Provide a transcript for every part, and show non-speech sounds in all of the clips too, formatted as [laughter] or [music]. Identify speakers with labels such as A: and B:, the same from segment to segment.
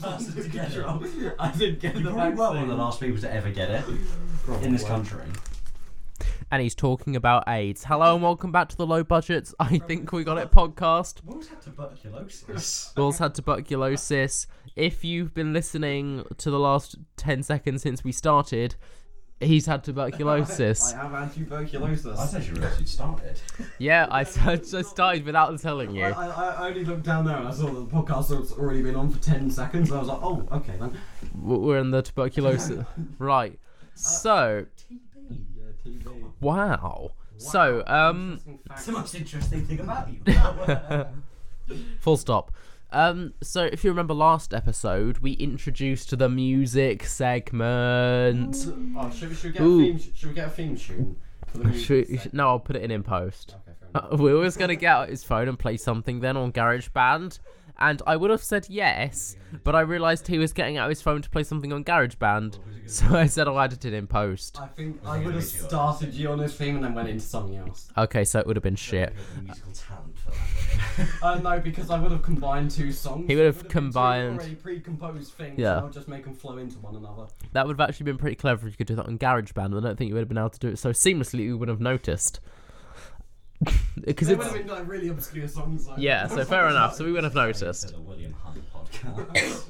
A: person to
B: [laughs]
A: get it. I didn't get
C: You
A: the
C: probably
A: vaccine.
C: were one of the last people to ever get it in this country.
B: and he's talking about AIDS. Hello and welcome back to the Low Budgets. I think we got it podcast.
C: Will's had tuberculosis.
B: Will's had tuberculosis. If you've been listening to the last 10 seconds since we started, he's had tuberculosis.
A: I have had
C: I
A: tuberculosis.
C: said you realised you'd started.
B: yeah, I, [laughs] s- I started without telling
A: I,
B: you.
A: I, I only looked down there and I saw that the podcast had already been on for 10 seconds. And I was like, oh, okay then.
B: W- We're in the tuberculosis. right. So,
C: TB.
A: Yeah, TV.
B: wow. So, um,
C: It's the most interesting thing about
B: [laughs]
C: you. Wow.
B: full stop. Um, so if you remember last episode, we introduced the music segment.
A: Oh, should we, should, we get a
B: Ooh.
A: theme, should we get a theme tune for the music
B: Should,
A: sec-
B: [laughs] should- no, I'll put it in in post.
A: Okay, fair enough.
B: Uh, Will was gonna get out his phone and play something then on GarageBand, and I would have said yes, but I realised he was getting out his phone to play something on [laughs] GarageBand, so I said I'll edit it in post.
A: I think I would have started you on this theme and then went into something else.
B: Okay, so it would have been shit.
C: The musical talent for that.
A: Uh, no, because I would have combined two songs.
B: He would have
A: It been
B: combined-
A: two already pre-composed things.
B: Yeah.
A: and I'll just make them flow into one another.
B: That would have actually been pretty clever if you could do that on GarageBand. I don't think you would have been able to do it so seamlessly. You would have noticed. [laughs] Because
A: They would have
B: it's
A: been like really obscure songs. Like,
B: yeah,
A: [laughs]
B: so fair enough. So we would have
C: To
B: noticed,
C: the William Hunt
B: [laughs]
C: podcast.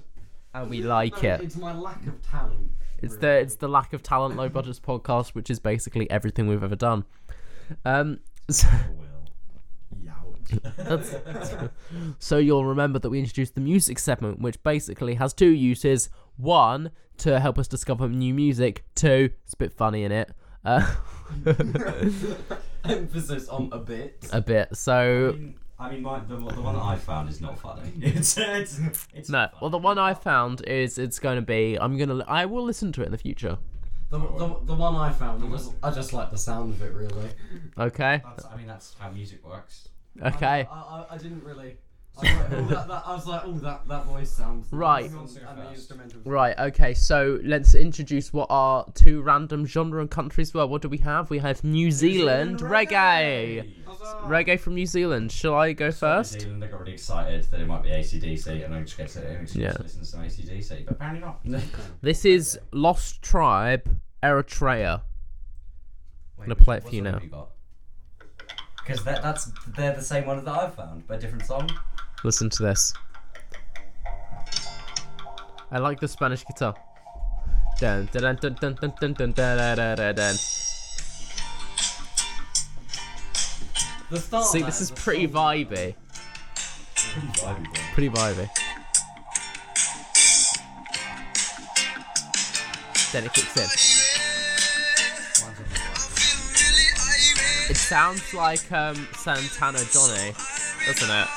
B: and we
A: No,
B: like it.
A: It's my lack of talent.
B: It's the
A: really.
B: it's the lack of talent, low budgets podcast, which is basically everything we've ever done. Um, so,
C: Will.
B: that's, so you'll remember that we introduced the music segment, which basically has two uses: one to help us discover new music, two it's a bit funny in it, uh,
A: [laughs]
B: [laughs]
A: emphasis on a bit.
B: a bit.
C: I
B: So
C: mean, I mean my, the, the one that I found is not funny. [laughs] It's, it's, it's
B: no,
C: not
B: well
C: funny.
B: the one I found is it's going to be I'm gonna I will listen to it in the future.
A: The,
B: Oh.
A: the, the one I found was I just like the sound of it really.
B: Okay,
C: That's, I mean, that's how music works.
B: okay.
A: I, I, I didn't really. I was like, oh, that, that, I was like, oh, that, that voice sounds nice,"
B: [laughs] Right.
A: and- and the instrumentals.
B: Right, okay, so let's introduce what our two random genre and countries were. What do we have? We have New Zealand reggae.
A: Huzzah.
B: Reggae from New Zealand. Shall I go
C: New
B: first?
C: Zealand, they got really excited that it might be ACDC, and I just get to
B: Yeah.
C: yeah. listen to some ACDC, but apparently
B: [laughs]
C: not.
B: This is Lost Tribe, Eritrea.
C: I'm
B: gonna play it for you now.
C: Because that, that's they're the same one that I've found, but a different song.
B: Listen to this. I like the Spanish guitar. Dun, dun, dun, dun, dun, dun, dun, dun, dun, dun, dun, dun.
A: The start.
B: See,
A: there,
B: this is
A: the
B: pretty
A: song there.
B: vibey.
C: Pretty vibey, boy.
B: Pretty vibey. Then it kicks in.
C: Mine's on the right.
B: It sounds like um, Santana Johnny, doesn't it?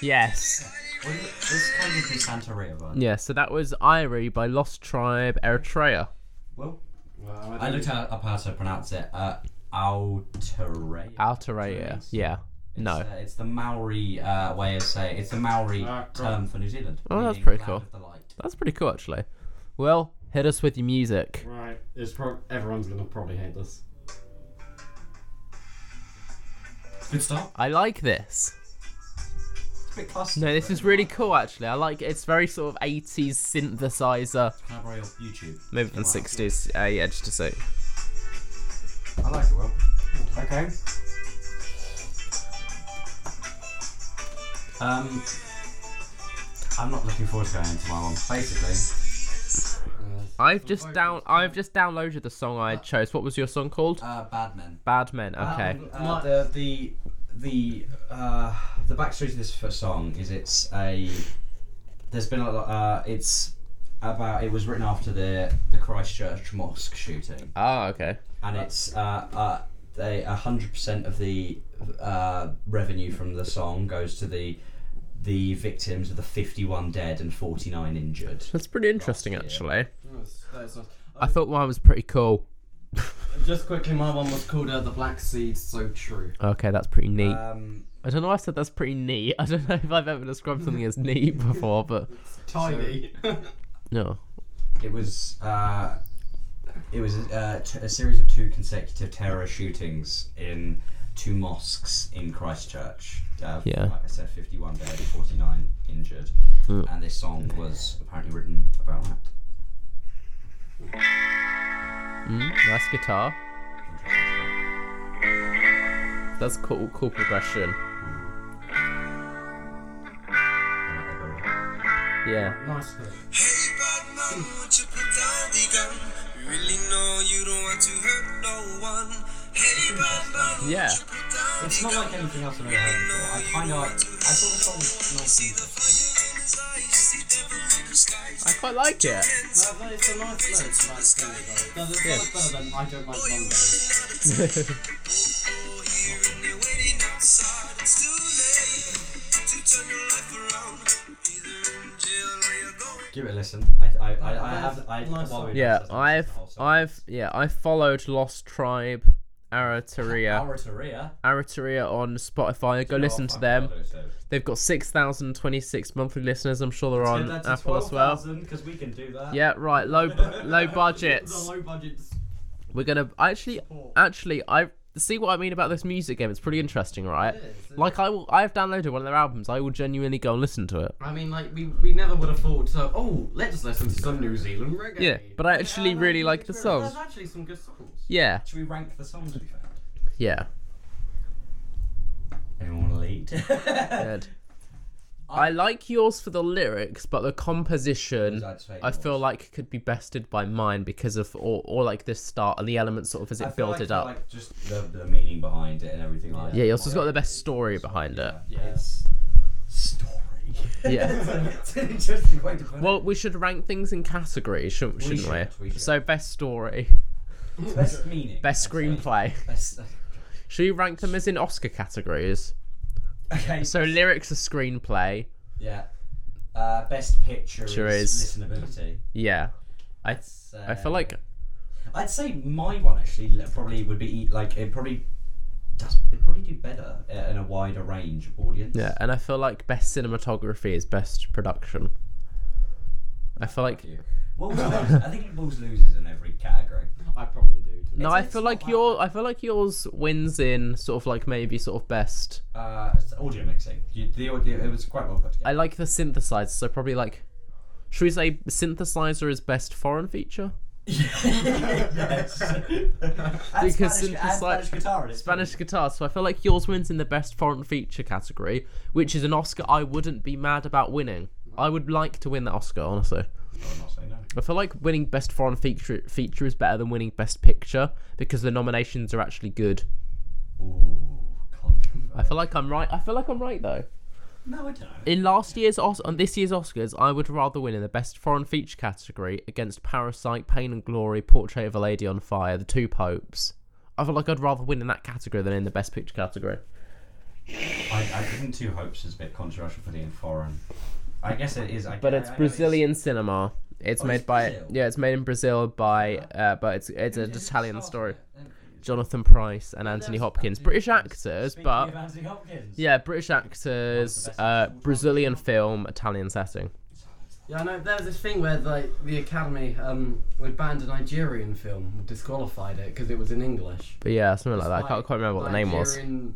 B: Yes.
C: Well, This kind of be Santeria, but
B: Yeah, so that was Irie by Lost Tribe Eritrea.
C: well,
A: Wow,
C: I looked at, up how to pronounce it. Uh, Aotearoa.
B: Alterea. Yeah. No.
C: It's, uh, it's the Maori uh, way of saying it's the Maori term for New Zealand.
B: Oh, that's
C: meaning
B: pretty
C: land
B: cool.
C: of the light.
B: That's pretty cool, actually. Well, hit us with your music.
A: [laughs] Right, it's pro- everyone's gonna probably hate this.
C: Good start.
B: I like this.
C: It's a bit classic.
B: No, this is really cool, actually. I like it. It's very sort of 80s synthesizer.
C: Can I borrow your YouTube?
B: Maybe from
C: Yeah.
B: 60s. Uh, yeah, just to say.
C: I like it, Will. Okay. Um, I'm not looking forward to going into my one. Basically,
B: I've just down. I've just downloaded the song I chose. What was your song called?
C: uh, Bad Men.
B: Bad Men. Okay.
C: Um, uh, the the the uh, the backstory to this f- song is it's a there's been a lot. Uh, it's about it was written after the the Christchurch mosque shooting,
B: Oh, okay.
C: and it's uh, uh, they a hundred percent of the uh, revenue from the song goes to the the victims of the 51 dead and 49 injured.
B: That's pretty interesting,
C: year.
B: actually.
A: That is nice.
B: I thought mine was pretty cool.
A: Uh, Just quickly, my one was called uh, "The Black Seed." So true.
B: Okay, that's pretty neat.
C: Um,
B: I don't know. why I said that's pretty neat. [laughs] I don't know if I've ever described something as neat before, but
A: Tiny.
B: no.
C: it was uh, it was uh, t- a series of two consecutive terror shootings in two mosques in Christchurch. Uh,
B: Yeah.
C: Like I said, 51 dead, 49 injured.
B: Mm.
C: And this song was apparently written about that.
B: Mm, nice guitar.
C: Interesting
B: That's cool. Cool progression.
C: stuff.
B: Yeah.
A: Nice bit.
D: Hey, bad man, won't you put down the gun? We really know you don't want to hurt no one. Hey, bad man, won't
B: Yeah.
D: you put down
C: It's
D: the
C: not
D: gun?
C: like anything else I've ever heard before. I kind of like. I thought the song was nice and interesting.
D: In his eyes, see devil in disguise.
B: I quite like it. [laughs]
A: No, but it's a nice note to like sing it though. No, there's
B: Yeah.
A: yeah. better than I don't like Monday.
D: Oh, here and they're waiting outside. It's too late to turn your life around. Either in jail or you're going.
C: Give it a listen. I, I, I, I have. I,
A: Nice
C: while we
A: song.
C: were
B: Yeah.
C: discussing the
B: I've
C: whole song,
B: I've yeah I followed Lost Tribe, Arataria,
C: Oratoria.
B: Arataria on Spotify. Go
C: Oh,
B: listen to
C: fuck,
B: them.
C: I'll do so.
B: They've got six thousand twenty six monthly listeners. I'm sure they're on
C: Let's go down to
B: Apple as well.
C: 12,000, 'cause we can do that.
B: Yeah. Right. Low low budgets.
A: The low budgets.
B: We're gonna actually,
A: Support.
B: actually, I see what I mean about this music game. It's pretty interesting, right?
A: It is, it
B: Like I will, I have downloaded one of their albums. I will genuinely go and listen to it.
A: I mean, like we, we never would have thought. So, oh, let's listen to some New Zealand reggae.
B: Yeah, but I actually
A: like
B: really
A: the
B: like the
A: experience.
B: songs.
A: There's actually some good songs.
B: Yeah,
C: Should we rank the songs we found?
B: yeah,
C: Anyone want to [laughs] lead?
B: good. I like yours for the lyrics, but the composition
C: I'd say
B: I feel
C: yours.
B: like could be bested by mine because of or, or like this start and the elements sort of as
C: I
B: it
C: feel
B: built
C: like,
B: it up.
C: Like just the, the meaning behind it and everything like that.
B: yeah, yours has got the best story behind it.
C: Yeah. It's story.
B: Yeah.
C: [laughs] it's an interesting way to put
B: Well, we should rank things in categories, shouldn't,
C: We
B: shouldn't we?
C: should, we should.
B: So best story,
C: it. Best meaning.
B: best
C: I'd say.
B: screenplay.
C: Best. uh,
B: Should we rank them as in Oscar categories?
C: Okay.
B: [laughs] So lyrics are screenplay.
C: yeah. Uh, best picture
B: Sure
C: is
B: is.
C: listenability.
B: Yeah. I
C: So-
B: I feel like
C: I'd say my one actually li- probably would be like it probably does it probably do better uh, in a wider range of audience.
B: yeah, and I feel like best cinematography is best production. I feel like
C: You. Wolves lose. I think Wolves loses in every category.
A: I probably do. Too.
B: no,
C: It's-
B: I
C: it's
B: feel
C: not
B: like
C: that
B: your I feel like yours wins in sort of like maybe sort of best.
C: Uh, it's audio mixing. You, the audio it was quite well put
B: I
C: together.
B: like the synthesizer, so probably like should we say synthesizer is best foreign feature?
C: [laughs] yes. and
B: [laughs] Because
C: Spanish, and
B: synthesi-
C: Spanish guitar in it. too.
B: Spanish guitar, so I feel like yours wins in the best foreign feature category, which is an Oscar I wouldn't be mad about winning. I would like to win that Oscar, honestly.
C: Oh, I'm not saying no.
B: I feel like winning best foreign feature feature is better than winning best picture because the nominations are actually good.
C: Ooh,
B: I
C: controversial.
B: feel like I'm right. I feel like I'm right though.
C: No, I don't know.
B: In last year's Os- on this year's Oscars, I would rather win in the best foreign feature category against Parasite, Pain and Glory, Portrait of a Lady on Fire, The Two Popes. I feel like I'd rather win in that category than in the best picture category.
C: I, I think Two Hopes is a bit controversial for being foreign. I guess it is. I,
B: But
C: I-
B: it's
C: I know
B: Brazilian cinema. It's
C: Oh,
B: made
C: it's
B: by
C: Brazil.
B: yeah, it's made in Brazil by uh, but it's it's an
C: Who did it
B: Italian
C: start
B: story.
C: with?
B: Jonathan Price and Anthony
C: There's
B: Hopkins,
C: Anthony
B: British
C: Hopkins.
B: actors,
C: uh, Speaking
B: but
C: of Anthony Hopkins.
B: Yeah, British actors,
C: best
B: uh,
C: actor.
B: Brazilian film, Italian setting.
A: Yeah, I know. There was this thing where like the Academy um they banned a Nigerian film, disqualified it because it was in English.
B: But yeah, something like that. I
A: Despite
B: can't quite remember what the name was.
A: Nigerian-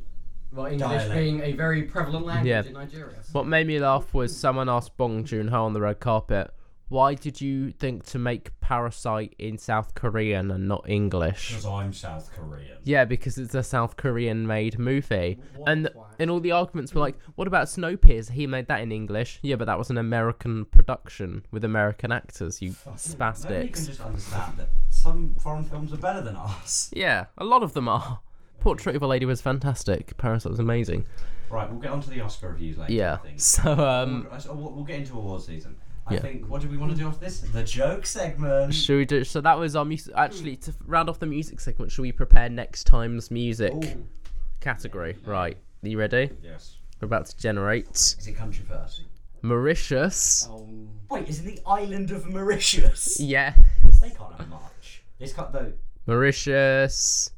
A: Well, English
C: Dialect.
A: being a very prevalent language
B: Yeah.
A: in Nigeria.
B: What made me laugh was someone asked Bong Joon Ho on the red carpet, "Why did you think to make Parasite in South Korean and not English?"
C: Because I'm South Korean.
B: Yeah, because it's a South Korean made movie.
A: What a
B: And
A: twat.
B: and all the arguments were like, what about Snowpiercer? He made that in English. Yeah, but that was an American production with American actors, you
C: Maybe you can
B: spastics.
C: just understand that some foreign films are better than ours.
B: Yeah, a lot of them are. [laughs] Portrait of a Lady was fantastic. Parasite was amazing.
C: Right, we'll get onto the Oscar reviews later. I
B: Yeah.
C: think.
B: So um
C: We'll- so we'll, we'll get into award season. I
B: Yeah.
C: think. What do we want to do after this? The joke segment.
B: should we do so that was our music actually to round off the music segment, should we prepare next time's music
C: Ooh.
B: category? Right. Are you ready?
C: Yes.
B: We're about to generate
C: Is it country first?
B: Mauritius.
A: Um,
C: Wait, is it the island of Mauritius?
B: Yeah.
C: they can't have much. It's got though.
B: Mauritius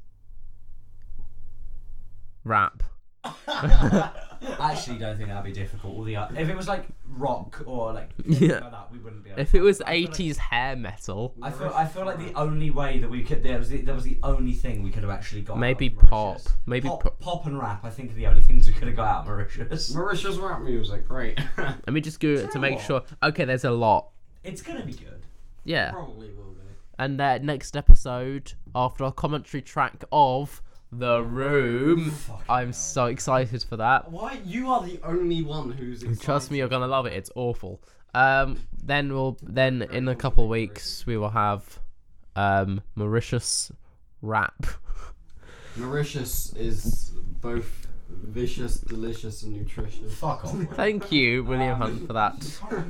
B: rap.
C: I actually don't think that'd be difficult. All the o- if it was like rock or like
B: [laughs] Yeah.
C: yeah, like that, we wouldn't be. Able
B: If
C: to-
B: it was 80s hair metal,
C: I feel I feel like the only way that we could there was the, that was the only thing we could have actually got.
B: Maybe
C: out of Mauritius.
B: pop. Maybe
C: pop,
B: pop.
C: pop and rap. I think are the only things we could have got out of [laughs] Mauritius.
A: Mauritius rap music, [laughs] great.
B: let me just go to
C: know
B: make
C: what?
B: sure. Okay, there's a lot.
C: It's gonna be good.
B: Yeah.
A: Probably will be.
B: And uh, next episode, after our commentary track of The Room,
C: Fucking
B: I'm
C: hell.
B: so excited for that.
A: Why? You are the only one who's. Excited.
B: Trust me, you're gonna love it. It's awful. Um, then we'll then in a couple weeks we will have um Mauritius rap.
A: Mauritius is both vicious, delicious, and nutritious.
C: Fuck [laughs] off. We're
B: Thank you, William Hunt, for that.
C: not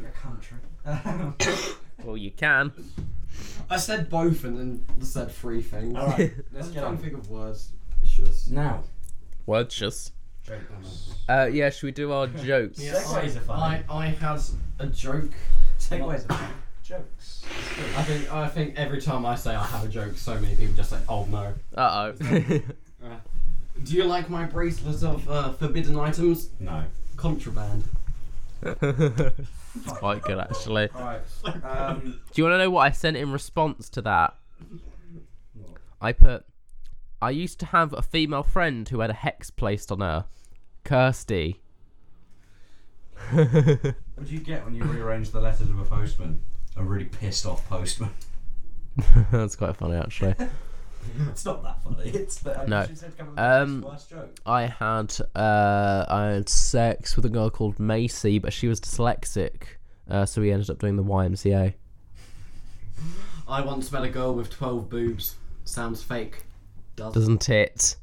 C: a [laughs] country.
B: Well, you can.
A: I said both and then said three things. [laughs]
C: All right, let's
A: Let's
C: get
A: try and
C: on.
A: think of words. Vicious.
C: Now,
B: Words just.
C: jokes.
B: Uh, yeah, should we do our jokes?
C: Segways are
A: I,
C: fun.
A: I had a joke.
C: Segways are fun. Jokes.
A: I think I think every time I say I have a joke, so many people just say, "Oh no."
B: Uh oh.
A: Do you like my bracelet of uh, forbidden items?
C: No.
A: Contraband.
B: it's [laughs] quite good actually.
C: Alright. Um,
B: Do you want to know what I sent in response to that? I put, I used to have a female friend who had a hex placed on her, Kirsty. [laughs]
C: what do you get when you rearrange the letters of a postman? A really pissed off postman.
B: That's quite funny actually.
C: it's not that funny. [laughs] It's that.
B: No.
C: She said come up with
B: Um,
C: the worst joke.
B: I had uh, I had sex with a girl called Macy, but she was dyslexic, uh, so we ended up doing the YMCA.
A: I once met a girl with twelve boobs. Sounds fake. Does.
B: Doesn't it?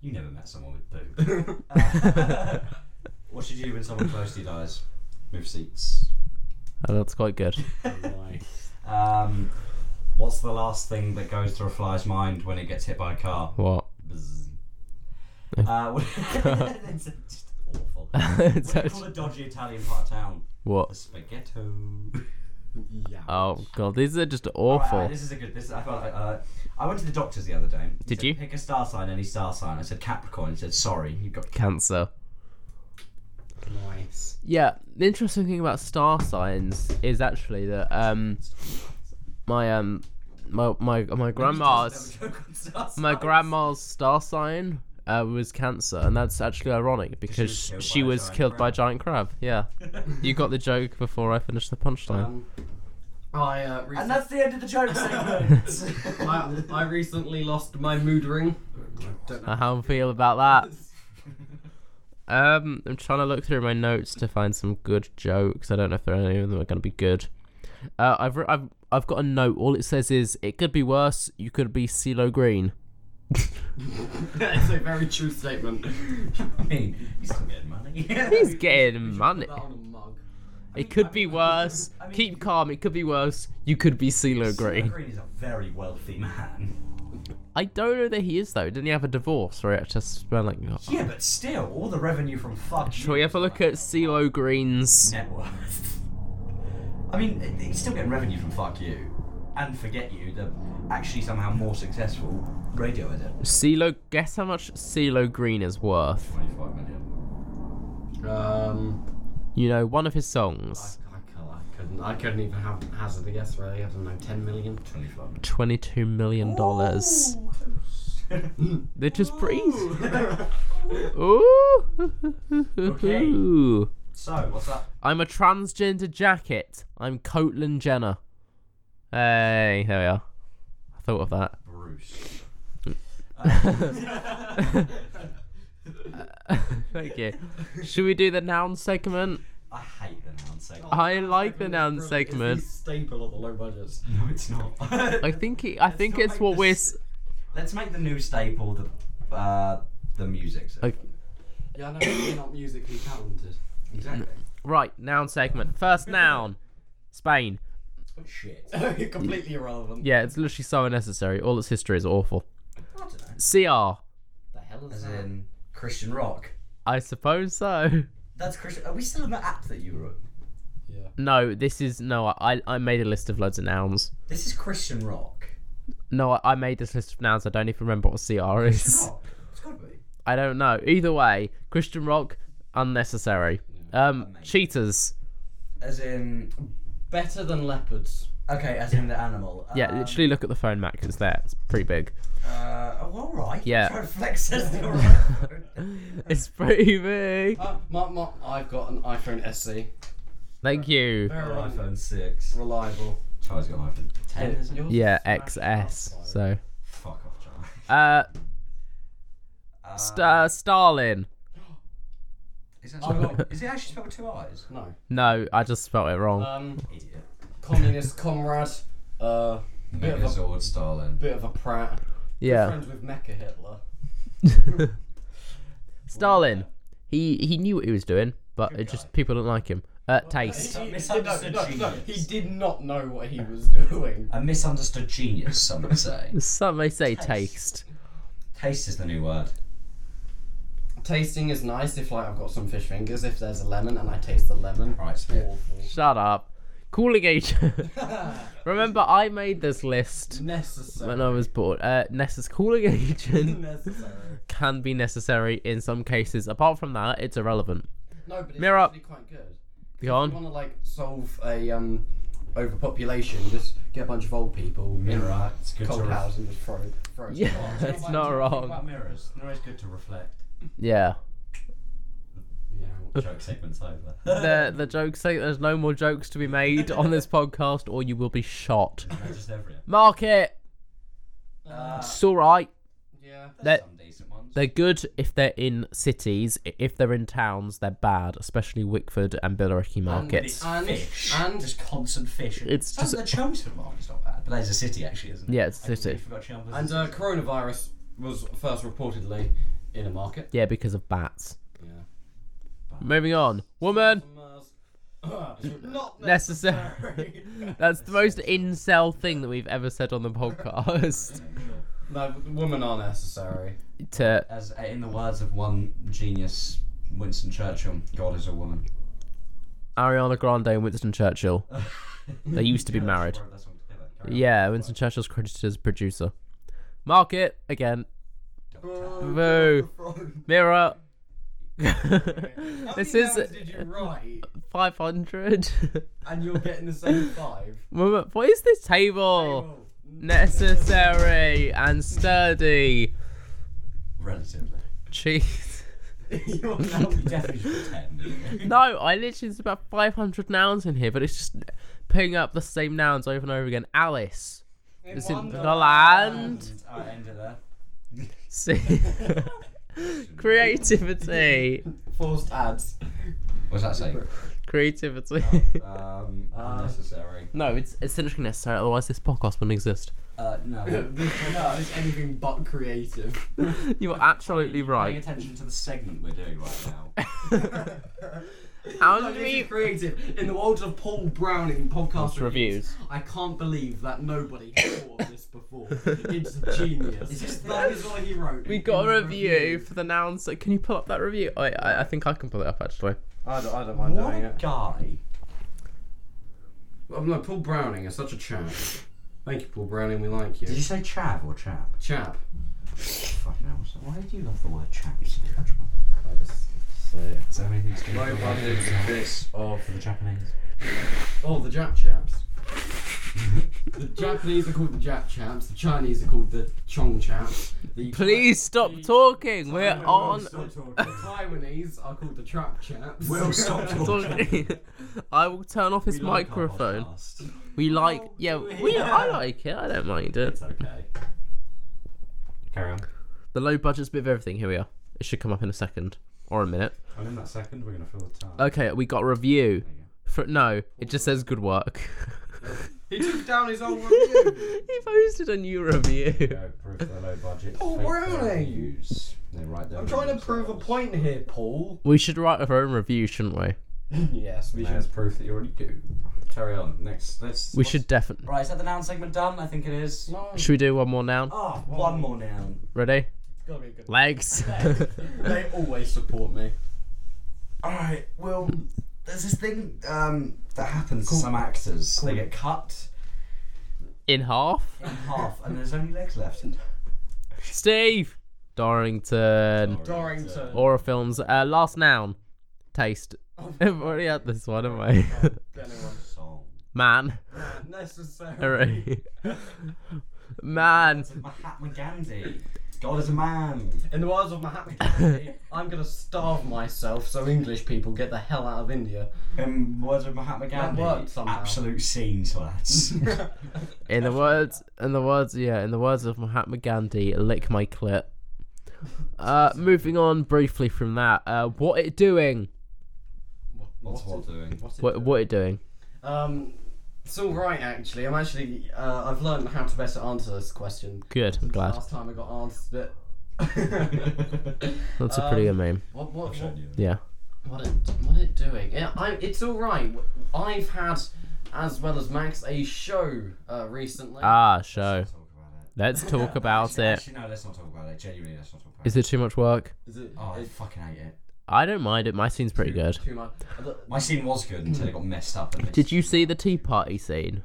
C: You never met someone with boob. Uh, [laughs] what should you do when someone close to you dies? Move seats.
B: Oh, that's quite good.
C: Um, what's the last thing that goes through a fly's mind when it gets hit by a car?
B: What?
C: Bzzz. Uh, what- [laughs] it's just
B: [laughs]
C: awful.
B: It's
C: What do you call
B: actually-
C: a dodgy Italian part of town? A
B: What?
C: spaghetto.
A: Yeah.
B: Oh god, these are just
C: Alright,
B: [laughs] awful.
C: alright, this is a good. This I felt like. Uh, I went to the doctor's the other day. He
B: Did
C: said,
B: you?
C: pick a star sign? Any star sign? I said Capricorn. He said sorry, you got.
B: Cancer.
A: Nice.
B: Yeah, the interesting thing about star signs is actually that um, my um, my my my grandma's.
C: That was a joke on star
B: my
C: signs. [laughs]
B: grandma's star sign uh, was cancer, and that's actually ironic because
C: killed
B: she
C: by a
B: was
C: giant
B: killed by a
C: crab.
B: giant crab. Yeah, you got the joke before I finished the punchline.
A: Um, I uh, recently,
C: And that's the end of the joke [laughs] segment.
A: I, I recently lost my mood ring. Don't know. [laughs]
B: How I feel about [laughs] that? Um, I'm trying to look through my notes to find some good jokes. I don't know if there are any of them that are going to be good. Uh, I've, re- I've I've got a note. All it says is it could be worse. You could be CeeLo Green.
A: it's a very true statement.
C: I mean, he's still getting money. [laughs]
B: He's getting money.
A: Put that on a mug.
B: It could be worse.
C: I mean-
B: Keep calm. It could be worse. You could be CeeLo Green.
C: Green is a very wealthy man.
B: I don't know that he is though. Didn't he have a divorce where it just spent like?
C: Yeah, but still, all the revenue from fuck.
B: Shall we have a look at CeeLo Green's?
C: net worth? [laughs] I mean, it- he's still getting revenue from fuck you and forget you, the actually somehow more successful radio edit.
B: CeeLo, guess how much CeeLo Green is worth?
C: Twenty-five million.
A: Um,
B: You know, one of his
A: I,
B: songs,
A: I cou- I couldn't. I couldn't even have hazard a guess. Really, I don't know. Ten million.
C: Twenty-five million.
B: twenty-two million dollars, which is pretty. [laughs] Ooh.
C: Okay. [laughs] so what's that?
B: I'm a transgender jacket. I'm Caitlyn Jenner. Hey, there we are. I thought of that.
C: Bruce.
B: Thank you. [laughs] Should we do the noun segment?
C: I hate the noun segment.
B: I like the noun
A: It's
B: segment.
A: the staple of the low budgets.
C: No, it's
B: [laughs]
C: not.
B: I think it, I think
C: not
B: it's
C: like
B: what we're.
C: this-
B: s-
C: Let's make the new staple the uh, the music. So.
B: Okay.
A: Yeah, I know you're not musically talented. [laughs]
C: Exactly.
B: Right, noun segment. [laughs] First noun, Spain.
C: Oh, Shit.
A: you're completely irrelevant.
B: Yeah, it's literally so unnecessary. All its history is awful.
C: I don't know.
B: CR.
A: The hell is
C: As
A: that?
C: in Christian rock.
B: I suppose so. [laughs]
C: That's Christian. Are we still in the app that you were?
A: Yeah.
B: No, this is no. I I made a list of loads of nouns.
C: This is Christian rock.
B: No, I, I made this list of nouns. I don't even remember what CR
C: Christian
B: is. [laughs]
C: rock. It's Oh, gotta be.
B: I don't know. Either way, Christian rock, unnecessary. Um,
C: Amazing.
B: cheetahs.
C: As in,
A: Better than leopards.
C: okay, as in the animal.
B: Yeah,
C: Um,
B: literally look at the phone, Max. It's there. It's
C: [laughs]
B: pretty big.
C: Uh, oh, all right.
B: Yeah.
C: Try to flex
B: [laughs]
C: as the right.
B: It's pretty big.
A: Uh, my, my, I've got an iPhone E. SE.
B: Thank you.
A: Very
C: iPhone six.
A: reliable.
C: Charlie's got an iPhone ten, isn't yours?
B: Yeah, XS. So,
C: Fuck off, Charlie.
B: uh,
C: Uh,
B: st- uh, Stalin.
C: is, that spelled, is it actually spelled with two eyes?
A: No.
B: No, I just spelled it
C: Uh,
B: wrong.
A: Um,
C: Idiot.
A: communist comrade. Uh, bit of a
C: Megazord Stalin.
A: bit of a prat.
B: yeah,
A: Friends with Mecha Hitler.
B: Stalin. He he knew what he was doing, but it just people don't like him. Uh,
C: [laughs]
B: taste.
C: Some
A: He-
C: misunderstood
A: no, no, no, he
C: genius.
A: did not know what he was [laughs] doing.
C: A misunderstood genius, some would say.
B: Some may say taste.
C: Taste is the new word.
A: Tasting is nice if like I've got some fish fingers. If there's a lemon and I taste the lemon,
C: Right, spit.
A: awful.
B: Shut up. Cooling [laughs] agent. Remember, I made this list
A: Necessary.
B: when I was bored. Uh, Nessus cooling agent
A: Necessary.
B: can be necessary in some cases. Apart from that, it's irrelevant.
A: No, but it's
B: Mirror up.
A: actually quite good.
B: Go
A: If you
B: on.
A: want to like solve a um overpopulation, just get a bunch of old people, mirror,
C: Mirror. Mm. It's good
A: cold
C: to ref-
A: house, and just throw throw. it
B: [laughs] Yeah, [laughs]
A: on.
B: it's not wrong.
C: mirrors, they're always good to reflect.
B: Yeah. [laughs]
A: Yeah.
C: Joke segment's [laughs] over.
B: The Uh, the jokes say there's no more jokes to be made on [laughs] this podcast, or you will be shot.
C: Just every
B: Mark it. It's all right.
A: Yeah.
B: That-
C: some decent ones.
B: They're good if they're in cities. I- If they're in towns, they're bad, especially Wickford and Billericay markets.
A: and-
C: fish.
A: and-
C: just constant fish.
B: It's
C: Some of
B: just-
C: the Chelmsford market's not bad, but that is a city actually, isn't it?
B: Yeah, it's a
C: I
B: city.
C: completely forgot Chelmsford.
A: And uh, coronavirus was first reportedly in a market.
B: Yeah, because of bats.
A: Yeah. uh,
B: Moving on. Woman.
A: [coughs] not
B: Necessary. [laughs] That's the most incel thing that we've ever said on the podcast.
A: No, women are necessary.
B: [laughs] to
C: As uh, in the words of one genius, Winston Churchill, God is a woman.
B: Ariana Grande and Winston Churchill. They used to be married. Yeah, Winston Churchill's credited as producer. Mark it again. Boo. Mirror. [laughs] this is
A: Did you write?
B: 500.
A: And you're getting the same five.
B: [laughs] Woman- what is this table? Necessary and sturdy.
C: Relatively.
B: Jeez.
A: You're
B: [laughs]
C: Now we definitely should pretend.
B: No, I literally there's about 500 nouns in here, but it's just picking up the same nouns over and over again. Alice. [laughs] It's in the land.
C: And I ended there.
B: See. Creativity.
A: Forced ads. [laughs]
C: What's that say?
B: Creativity.
C: Um, unnecessary.
B: no, it's essentially necessary, otherwise this podcast wouldn't exist. [laughs]
C: Uh, no.
A: no, it's anything but creative.
B: You're absolutely
C: Paying
B: right.
C: attention to the segment we're doing right [laughs] now.
B: How
A: No,
B: did
A: this
B: we
A: is creative. In the world of Paul Browning podcast reviews,
B: reviews?
A: I can't believe that nobody thought of this before. It's
B: [laughs]
A: genius. that is what he wrote.
B: We got a review for the nouns. Can you pull up that review? I, I, I think I can pull it up actually.
A: I don't, I don't mind
C: what
A: doing
C: a
A: it.
C: guy.
A: Well, no, Paul Browning is such a chap. Thank you, Paul Browning. We like
C: Did
A: you.
C: you say chav or chap?
A: Chap.
C: Fucking hell. so Why do you love the word chap so much? man?
A: I just say it.
C: Is there anything to do
A: My
C: with the
A: one
C: word
A: is
C: chap?
A: this of
C: for the Japanese?
A: Oh, the Jap chaps. the Japanese are called the Jap chaps. The Chinese are called the Chong chaps. The
B: Please stop talking. We're
A: Taiwanese-
B: on. [laughs]
A: The Taiwanese are called the Trap chaps. [laughs]
C: Will stop talking.
B: [laughs] I will turn off his microphone. We like, yeah, we, I like it. I don't mind it.
C: It's okay. Carry on.
B: The low budget's a bit of everything. Here we are. It should come up in a second or a minute.
C: And in that second, we're gonna fill the time.
B: Okay, we got a review. For, no, it just says good work. [laughs]
A: he took down his own review.
B: he posted a
C: [laughs]
B: new review.
C: Go proof of the low budget.
A: Paul
C: fake
A: Browning!
C: reviews. They're right there.
A: I'm trying to prove a point here, Paul.
B: We should write our own review, shouldn't we?
A: yes, we
C: There's proof that you already do. Carry on. Next. Let's.
B: We should definitely.
C: Right. Is that the noun segment done? I think it is.
A: No, [laughs] it's
B: Should we do one more noun?
C: Oh, one more noun.
B: Ready?
A: gotta be good.
B: Legs. [laughs]
A: They always support me.
C: Alright, well, there's this thing um, that happens to some actors. They get cut
B: in half.
C: in half and there's only legs left.
B: Steve. Dorrington.
A: Dorrington.
B: Aura films. Uh, last noun. taste. [laughs] I've already had this one, haven't I? [laughs]
A: Oh.
C: Song.
B: Man.
A: Necessary.
B: Hooray. [laughs] Man.
C: Mahatma Gandhi. God is a man.
A: In the words of Mahatma
B: [laughs]
A: Gandhi, I'm gonna starve myself so English people get the hell out of India.
C: Um, words of Mahatma Gandhi.
A: worked somehow.
C: Absolute scenes, [laughs] lads.
B: In the words, in the words, yeah, in the words of Mahatma Gandhi, lick my clit. Uh, moving on briefly from that, uh, what it doing?
C: What's what doing?
A: What's it
B: What, what it doing?
A: Um, it's all right actually. I'm actually uh, I've learned how to better answer this question.
B: Good, I'm glad.
A: Last time I got
C: [laughs]
A: answered it.
B: That's a pretty good meme.
A: what what what,
B: Yeah.
A: what it what it doing? Yeah, I, it's all right. I've had as well as Max a show uh, recently.
B: Ah, show.
C: Talk about it.
B: Let's
C: [laughs]
B: talk about
C: actually,
B: it.
C: Actually, no, let's not talk about it. Genuinely, let's not talk about
B: Is
C: it.
B: it too much work?
A: Is it,
C: Oh, I
A: it's
C: fucking hate it.
B: I don't mind it. My scene's pretty good.
A: too much? Uh, the-
C: My scene was good until it got messed up. and
B: Did you see the tea party scene?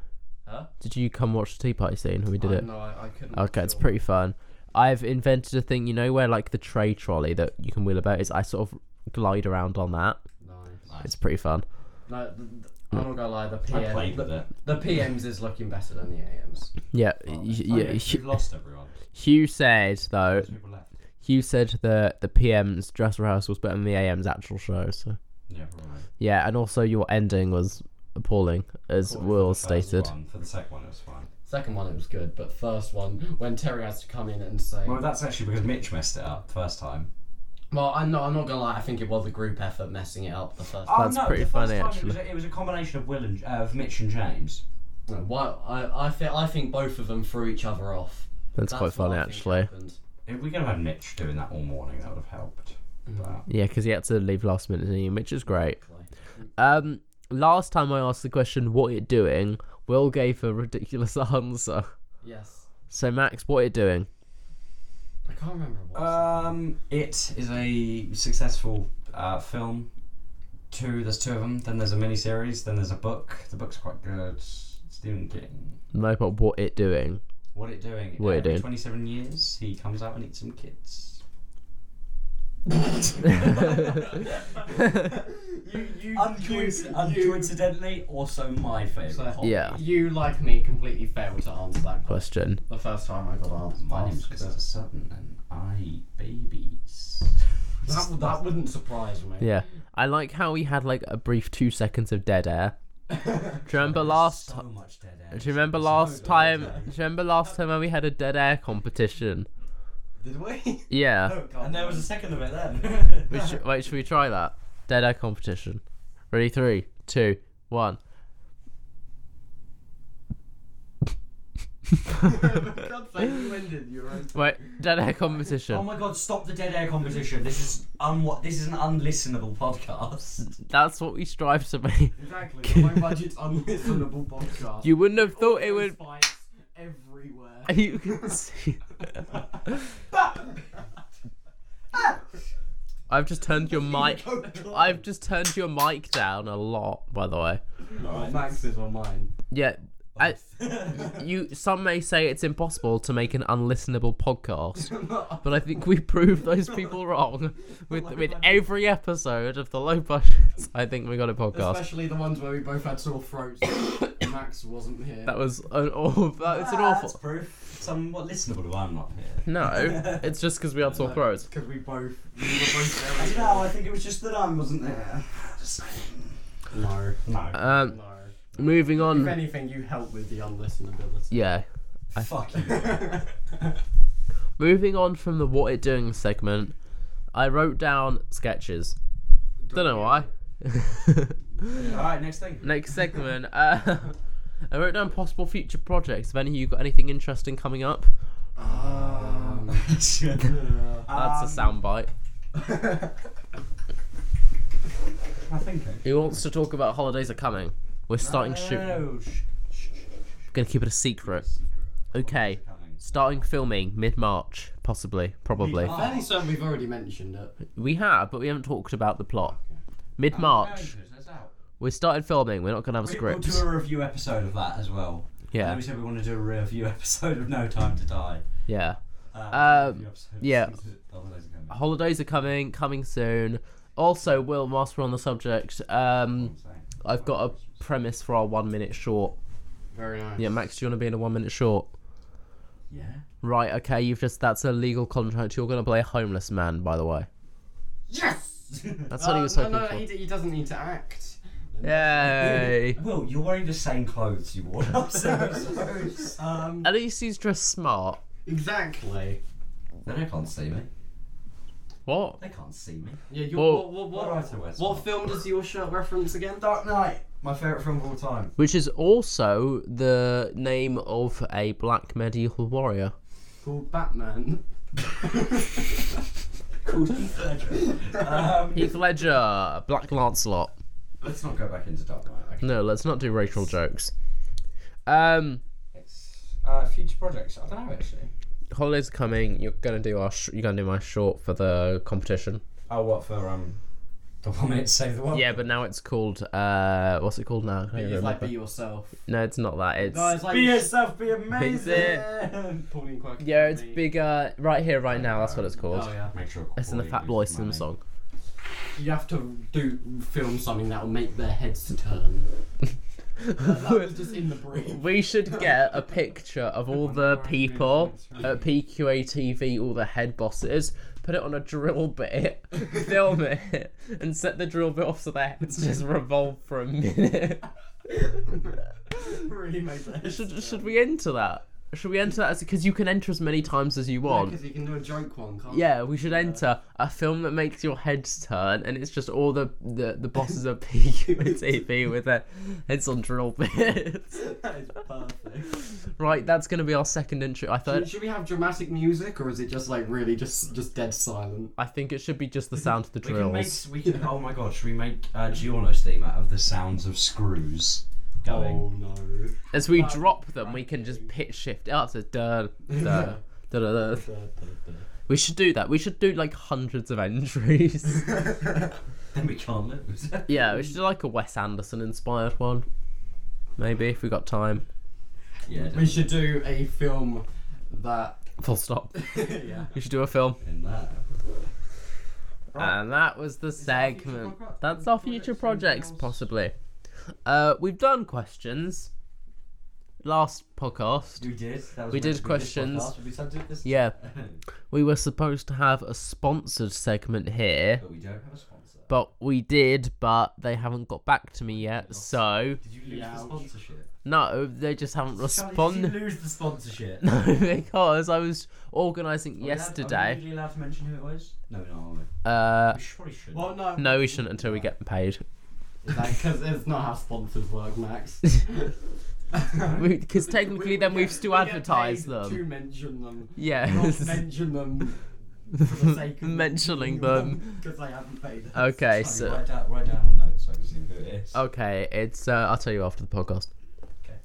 A: Huh?
B: Did you come watch the tea party scene when we did
A: I-
B: it?
A: No, I, I couldn't.
B: Okay, it's
A: sure.
B: pretty fun. I've invented a thing, you know, where like the tray trolley that you can wheel about is. I sort of glide around on that.
A: Nice.
B: It's pretty fun.
A: No, th- th- I'm not gonna lie. The
C: I
A: PM,
C: played
A: the,
C: with it.
A: the PMs is looking better than the AMs.
B: Yeah, y- yeah.
C: Yeah,
B: Hugh-
C: you've Oh, lost everyone.
B: Hugh said though.
C: People left.
B: Hugh said that the PM's dress rehearsal was better than the AM's actual show. So
C: Yeah, probably.
B: yeah, and also your ending was appalling, as Will
C: For the first
B: stated.
C: one- For the second one, it was fine.
A: Second one it was good, but first one when Terry has to come in and say,
C: Well, that's actually because Mitch messed it up first time.
A: Well, I'm not. I'm not gonna lie. I think it was a group effort messing it up the
C: Oh.
A: first.
B: That's pretty funny, actually.
C: It was, a, it was a combination of Will and uh, of Mitch and James.
A: time. Why? I I think I think both of them threw each other off.
B: That's, quite
A: what
B: funny
A: I think
B: actually.
A: happened.
C: If we could have had Mitch doing that all morning, that would have helped. But
B: Yeah, because he had to leave last minute, didn't he? which is great. Um, last time I asked the question, "What it doing?" Will gave a ridiculous [laughs] answer.
A: Yes.
B: So Max, what it doing?
A: I can't remember what.
C: Um, it is a successful uh, film. Two, there's two of them. Then there's a miniseries. Then there's a book. The book's quite good. Stephen King.
B: No, but what it doing?
C: What it doing?
B: What It
C: Every
B: Doing.
C: Twenty-seven years, he comes out and eats some kids.
A: you, you,
C: Uncoincidentally, also my favorite.
A: So-
C: hobby.
B: yeah,
A: you like me completely failed to answer that question.
B: question.
A: The first time I got answered.
C: My name's Christopher Sutton, and I eat babies.
A: That, would- that wouldn't surprise me.
B: Yeah, I like how we had like a brief two seconds of dead
C: [laughs]
B: air. Do you remember last?
C: so much dead air.
B: Do you remember last time? Do you remember last time when we had a dead air competition?
A: Did we? [laughs] Oh,
B: Yeah.
C: And there was a second of it then.
B: [laughs] We sh- wait, should we try that? Dead air competition. Ready? Three, two, one.
A: [laughs]
B: Wait, dead air
C: Oh
B: competition.
C: my god! Stop the dead air competition. This is un- This is an unlistenable podcast.
B: That's what we strive to be.
A: [laughs] Exactly. My budget's unlistenable podcast.
B: You wouldn't have thought it would.
A: Fights everywhere.
B: You can see. I've just turned your mic. I've just turned your mic down a lot, by the way.
A: Max is on mine.
B: Yeah. I, you some may say it's impossible to make an unlistenable podcast, but I think we prove those people wrong with with every episode of the low budget. I think we got a podcast.
A: Especially the ones where we both had sore
B: [coughs]
A: throats. Max wasn't here.
B: That was an awful. That's an
C: That's
B: awful.
C: proof. Somewhat listenable. I'm not here.
B: No, it's just because we had sore throats.
A: because we both we were [laughs] both very
C: No, I think it was just that I wasn't there.
A: No.
C: No.
B: Um,
A: No.
B: moving
A: If
B: on.
A: anything, you help with the unlistenability.
B: Yeah,
C: Fuck you.
B: [laughs] Moving on from the what it doing segment, I wrote down sketches. Don't know why. [laughs]
C: All right, next thing. [laughs]
B: Next segment, uh, [laughs] I wrote down possible future projects. Have any of you got anything interesting coming up?
A: Um,
C: Um,
B: That's a soundbite.
C: I think. I-
B: Who wants to talk about holidays are coming? We're starting shooting.
C: No, Oh, sh- sh- sh-
B: Gonna keep it a secret. Okay,
C: coming.
B: starting filming mid March, possibly, probably.
C: are-
A: fairly certain we've already mentioned it.
B: We have, but we haven't talked about the plot. Mid
C: Very
B: March,
C: good, that's out.
B: we started filming. We're not gonna have
C: We- We'll do
B: scripts.
C: a review episode of that as well. And then
B: Yeah,
C: we said we want to do a review [laughs] episode of No Time to Die.
B: yeah.
C: Uh,
B: Um,
C: review episode of
B: yeah.
C: Season- Other Days of Coming.
B: holidays are coming, coming soon. Also, Will, whilst we're on the subject, um, I've got a premise for our one minute short.
A: Very nice.
B: Yeah, Max, do you want to be in a one minute short?
C: Yeah.
B: Right, okay, you've just. That's a legal contract. You're going to play a homeless man, by the way.
C: Yes.
B: That's what he was
A: Uh, no, Oh,
B: hoping
A: no,
B: for.
A: he, d- he doesn't need to act.
B: Yay!
C: Will, you're wearing the same clothes you wore
B: [laughs]
C: upstairs.
A: Um,
B: At least he's dressed smart.
A: exactly.
C: they don't- can't see me.
B: What?
C: They can't see me.
A: Yeah, you.
B: Well-
A: what, what,
C: Why do I
A: what,
C: have to wear
A: what
C: smart?
A: film does your shirt reference again?
C: Dark Knight, my favourite film of all time.
B: Which is also the name of a black medieval warrior.
A: Called Batman.
B: [laughs]
C: Called Heath Ledger. um,
B: Heath Ledger, Black Lancelot.
C: let's not go back into Dark Knight. Okay.
B: No, let's not do racial jokes. Um,
C: It's, uh, future projects. I don't know actually.
B: holidays are coming. You're gonna do our. Sh- you're gonna do my short for the competition.
C: Oh, what for? Um, the one minute to save the world.
B: Yeah, but now it's called. Uh, what's it called now? I can't
A: It's
B: remember.
A: like be yourself.
B: no, it's not that. It's.
A: No, it's like
C: Be yourself. Be amazing.
B: it.
A: Pauline Quirk.
B: yeah, it's
A: Be-
B: bigger. Right here, right now. That's what it's called.
A: Oh yeah.
C: Make sure.
B: It's in the Fat Boy
A: [laughs]
B: Slim song.
A: You have to do film something that will make their heads to
B: [laughs]
A: turn. that, that was just in the brief. [laughs]
B: We should get a picture of all the people at PQA TV, all the head bosses, put it on a drill [laughs] bit, film it, and set the drill bit off so their heads just revolve for a minute.
A: really made their heads.
B: Should,
C: um,
B: should we enter that? Should we enter that? Because you can enter as many times as you want.
A: Because you can do a joke one, can't
B: Yeah, we should enter a film that makes your heads turn, and it's just all the the, the bosses [laughs]
C: [laughs]
B: of PQA TV with their heads on drill bits. [laughs]
A: you? [laughs] That is perfect.
B: Right, that's going to be our second entry. I thought.
A: Should- Should we have dramatic music, or is it just like really just just dead silent?
B: I think it should be just the sound of the
C: We can make.
B: drills.
C: We can. Oh my god! Should we make uh, Giorno's theme out of the sounds of screws going?
A: Oh, no.
B: As we drop them, we can just pitch shift it up
C: [laughs]
B: to duh, duh, duh, duh, duh. We should do that. We should do like hundreds of entries.
C: [laughs] Then we can't lose. [laughs]
B: yeah,
A: Um,
B: we should do like a Wes Anderson inspired one. Maybe if we got time.
C: yeah.
A: we
C: definitely
A: should do a film that.
B: Full stop.
A: [laughs] yeah.
B: We should do a film.
C: In that.
B: And that was the
A: that future
B: segment.
A: project-
B: That's our future projects,
A: projects, anything else?
B: possibly. Uh, we've done questions. Last podcast.
C: We did. That was meant
B: We
C: to
B: did
C: be this
B: questions.
C: podcast, but We said do this.
B: Yeah,
C: but
B: we were supposed to have a sponsored segment here.
C: we don't have a sponsor.
B: But we did, but they haven't got back to me yet. So
C: Did you lose
A: Yeah,
C: the
A: ouch.
C: sponsorship?
B: no, they just haven't
C: Charlie, Did
B: [laughs] responded
C: you lose the
B: [laughs]
C: sponsorship?
B: because I was
A: Oh,
B: organising
C: Are we allowed- Are we
B: yesterday.
C: legally allowed to mention who it was? No, no, are we?
B: Uh,
C: We surely should.
A: Well, Oh, no.
B: no, we shouldn't until we get paid.
A: Because it's not how sponsors work, Max.
B: Because [laughs] technically,
A: We-
B: then
A: we
B: we've
A: get-
B: still
A: we get
B: advertised
A: paid To [laughs]
B: them.
A: mention
B: [laughs]
A: them. Not
B: Yes.
A: mention them. For the sake of
B: Mentioning them.
A: Because I haven't paid them.
B: Okay,
C: Charlie,
B: so
C: write down, write down on notes so I can see who it is.
B: okay, it's uh, I'll tell you after the podcast.
C: Okay.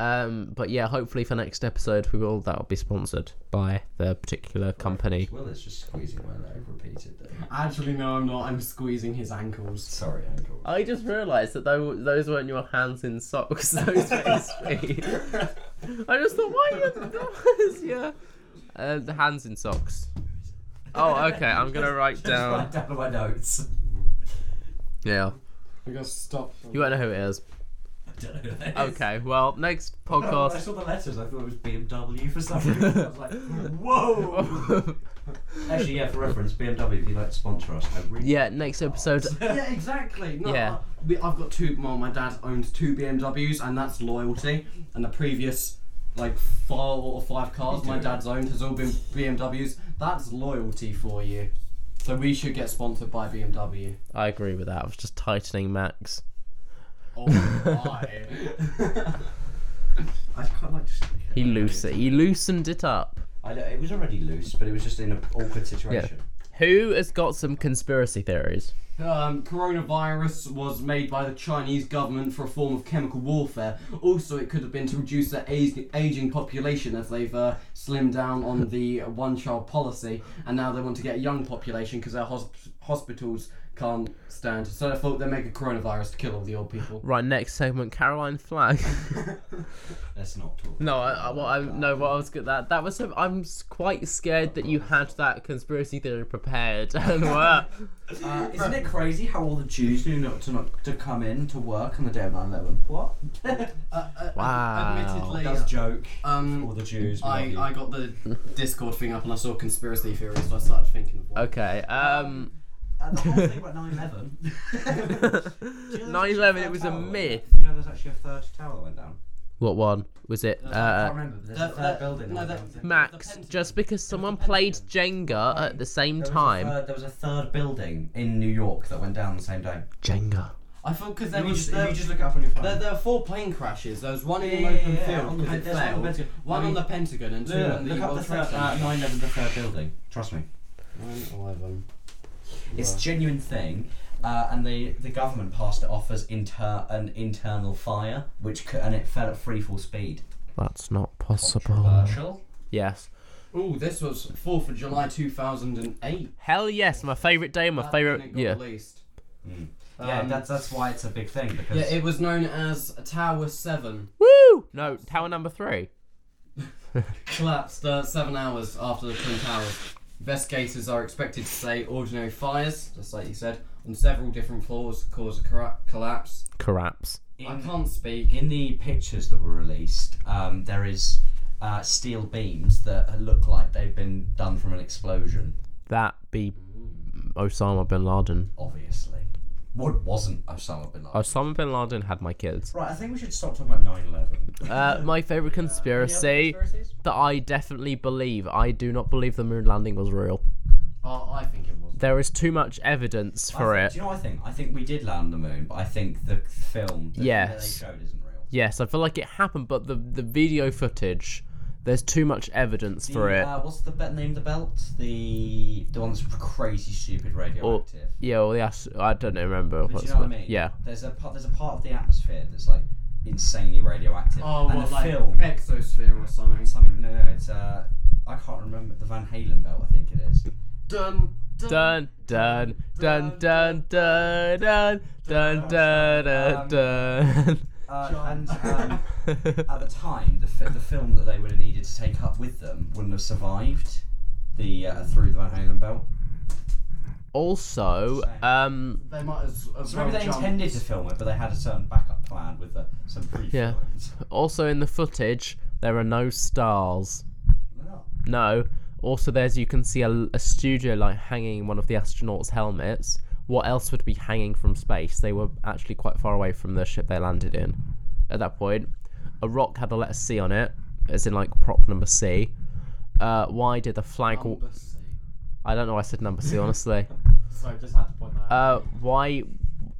B: Um, but yeah, hopefully for next episode we will. That'll be sponsored by the particular company.
C: Well, it's just squeezing my leg
B: [laughs]
C: repeatedly.
A: Actually, no, I'm not. I'm squeezing his ankles.
C: Sorry, ankle.
B: I just realised that tho- those weren't your hands in socks. [laughs] Those
A: [laughs]
B: were his feet. I just thought, why are your yeah? Uh, the hands in socks. Oh, okay. I'm gonna write
C: Just write
B: down.
C: down my notes. [laughs]
B: Yeah,
A: We gotta stop.
B: you won't know who it is.
C: I don't know who that is.
B: Okay. Well, next
C: No, I
B: podcast.
C: saw the letters. I thought it was BMW for some reason. I was like, [laughs] whoa. Actually, yeah. For reference, BMW, if you like to sponsor us, I [laughs] really
B: yeah, next episode.
A: yeah, exactly. No,
B: Yeah.
A: I, we, I've got two. Well, my dad owns two BMWs, and that's loyalty. And the previous, like, four or five cars
C: You
A: my
C: do.
A: dad's owned has all been BMWs. That's loyalty for you. So we should get sponsored by BMW.
B: [laughs] I agree with that. I was just tightening Max.
C: [laughs]
A: Oh my! I quite like just.
B: He loosened. He loosened it up.
C: I don't, it was already loose, but it was just in an awkward situation.
B: Who has got some conspiracy theories?
A: Um, coronavirus was made by the Chinese government for a form of chemical warfare. Also, it could have been to reduce their age- aging population as they've uh, slimmed down on the one child policy, and now they want to get a young population because their hos- hospitals can't stand. So they thought they'd make a coronavirus to kill all the old people.
B: Right, next segment. Caroline Flag.
C: Let's not talk. [laughs]
B: [laughs] No, I, I, what I no, what I was good that that was. some- I'm s- [laughs] quite scared that you had that conspiracy theory prepared and were.
C: Uh, isn't it it crazy how all the Jews knew not to not to come in to work on the day of 9/11? [laughs] What?
A: Uh, uh,
B: Wow.
A: Admittedly,
C: That's a joke.
A: um,
C: all the Jews. we love
A: I,
C: you.
A: I got the Discord thing up and I saw conspiracy theories, so I started thinking of one.
B: Okay.
C: [laughs]
B: Um.
C: Uh, the whole thing [laughs] about 9/11. Do you know there's [laughs]
B: [laughs]
C: actually a
B: 9/11,
C: third
B: it was a
C: tower that went
B: myth.
C: down? Do you know there's actually a third tower that went down?
B: What one was it?
C: I can't
B: Uh,
C: remember. but There's
A: that-
C: a third
A: that-
C: building.
A: no,
C: that
A: that-
C: went down.
B: Max, just because someone played Jenga at the same
C: There was a
B: time.
C: third- there was a third building in New York that went down the same day.
B: Jenga.
A: I thought because there
C: If you,
A: was
C: just,
A: there,
C: if you just look it up on your phone.
A: there, there were four plane crashes. There was one in
C: Yeah,
A: an open
C: yeah, yeah,
A: field
C: on the
A: because
C: Pen-
A: it
C: there's one on
A: failed.
C: the Pentagon. I
A: One
C: mean-
A: on the Pentagon and two
C: Look,
A: on the
C: look up
A: World
C: the
A: Trade
C: third,
A: Center.
C: uh, 9/11, the third building. Trust me.
A: Nine, eleven.
C: It's a
A: Wow.
C: genuine thing, uh, and the, the government passed it off as inter- an internal fire, which c- and it fell at free fall speed.
B: That's not possible.
C: Controversial.
B: Yes.
A: Ooh, this was 4th of July 2008.
B: Hell yes, my favorite day, my
A: That's when
B: favorite.
A: it got
B: Yeah.
A: Released.
C: Mm. Yeah,
A: Um,
C: that's that's why it's a big thing because
A: Yeah, it was known as Tower 7.
B: Woo! No, tower number three.
A: Collapsed uh, seven hours after the Twin Towers. Investigators are expected to say ordinary fires, just like you said, on several different floors caused a corra- collapse.
B: Collapse.
A: I
C: in,
A: can't speak.
C: in the pictures that were released, um, there is uh, steel beams that look like they've been done from an explosion.
B: That be Osama bin Laden.
C: Obviously, what wasn't Osama bin Laden?
B: Osama bin Laden had my kids.
C: right, I think we should stop talking about 9/11.
B: Uh, my favorite
C: Any
B: conspiracy
C: other conspiracies?
B: that I definitely believe. I do not believe the moon landing was real.
A: Oh, I think it was.
B: There is too much evidence for
C: I think-
B: it.
C: Do you know what I think? I think we did land on the moon, but I think the film that- that they
B: Yes.
C: showed isn't real.
B: Yes, I feel like it happened, but the the video footage, there's too much evidence for
C: the,
B: it.
C: Uh, what's the be- name of the belt? The the one that's crazy stupid radioactive.
B: yeah, well, yeah, I don't know, remember.
C: but
B: what's
C: do you know what I
B: it-
C: mean?
B: Oh. Yeah.
C: There's a part, there's a part of the atmosphere that's like insanely radioactive.
A: Oh,
C: and
A: what,
C: the
A: like
C: film
A: Exosphere or something.
C: something no, no it's uh I can't remember the Van Halen belt I think it is.
A: Dun, dun.
B: Dun dun dun dun dun dun dun dun dun. dun.
C: Uh,
A: John.
C: and um, at the time the fi- the film that they would have needed to take up with them wouldn't have survived the uh, through the Van Halen belt.
B: [laughs] also, um,
A: They might as, as
C: So
A: well
C: maybe they
A: jump.
C: intended to film it, but they had a certain backup plan with uh, some pre
B: Yeah. also in the footage there are no stars. No. Also, there's you can see a, a studio light hanging in one of the astronauts' helmets. What else would be hanging from space? They were actually quite far away from the ship they landed in. At that point, a rock had the letter C on it, as in like prop number C. Uh, why did the flag?
A: Number C.
B: I don't know. why I said number C honestly.
A: Sorry, just had to point that out.
B: Uh, why,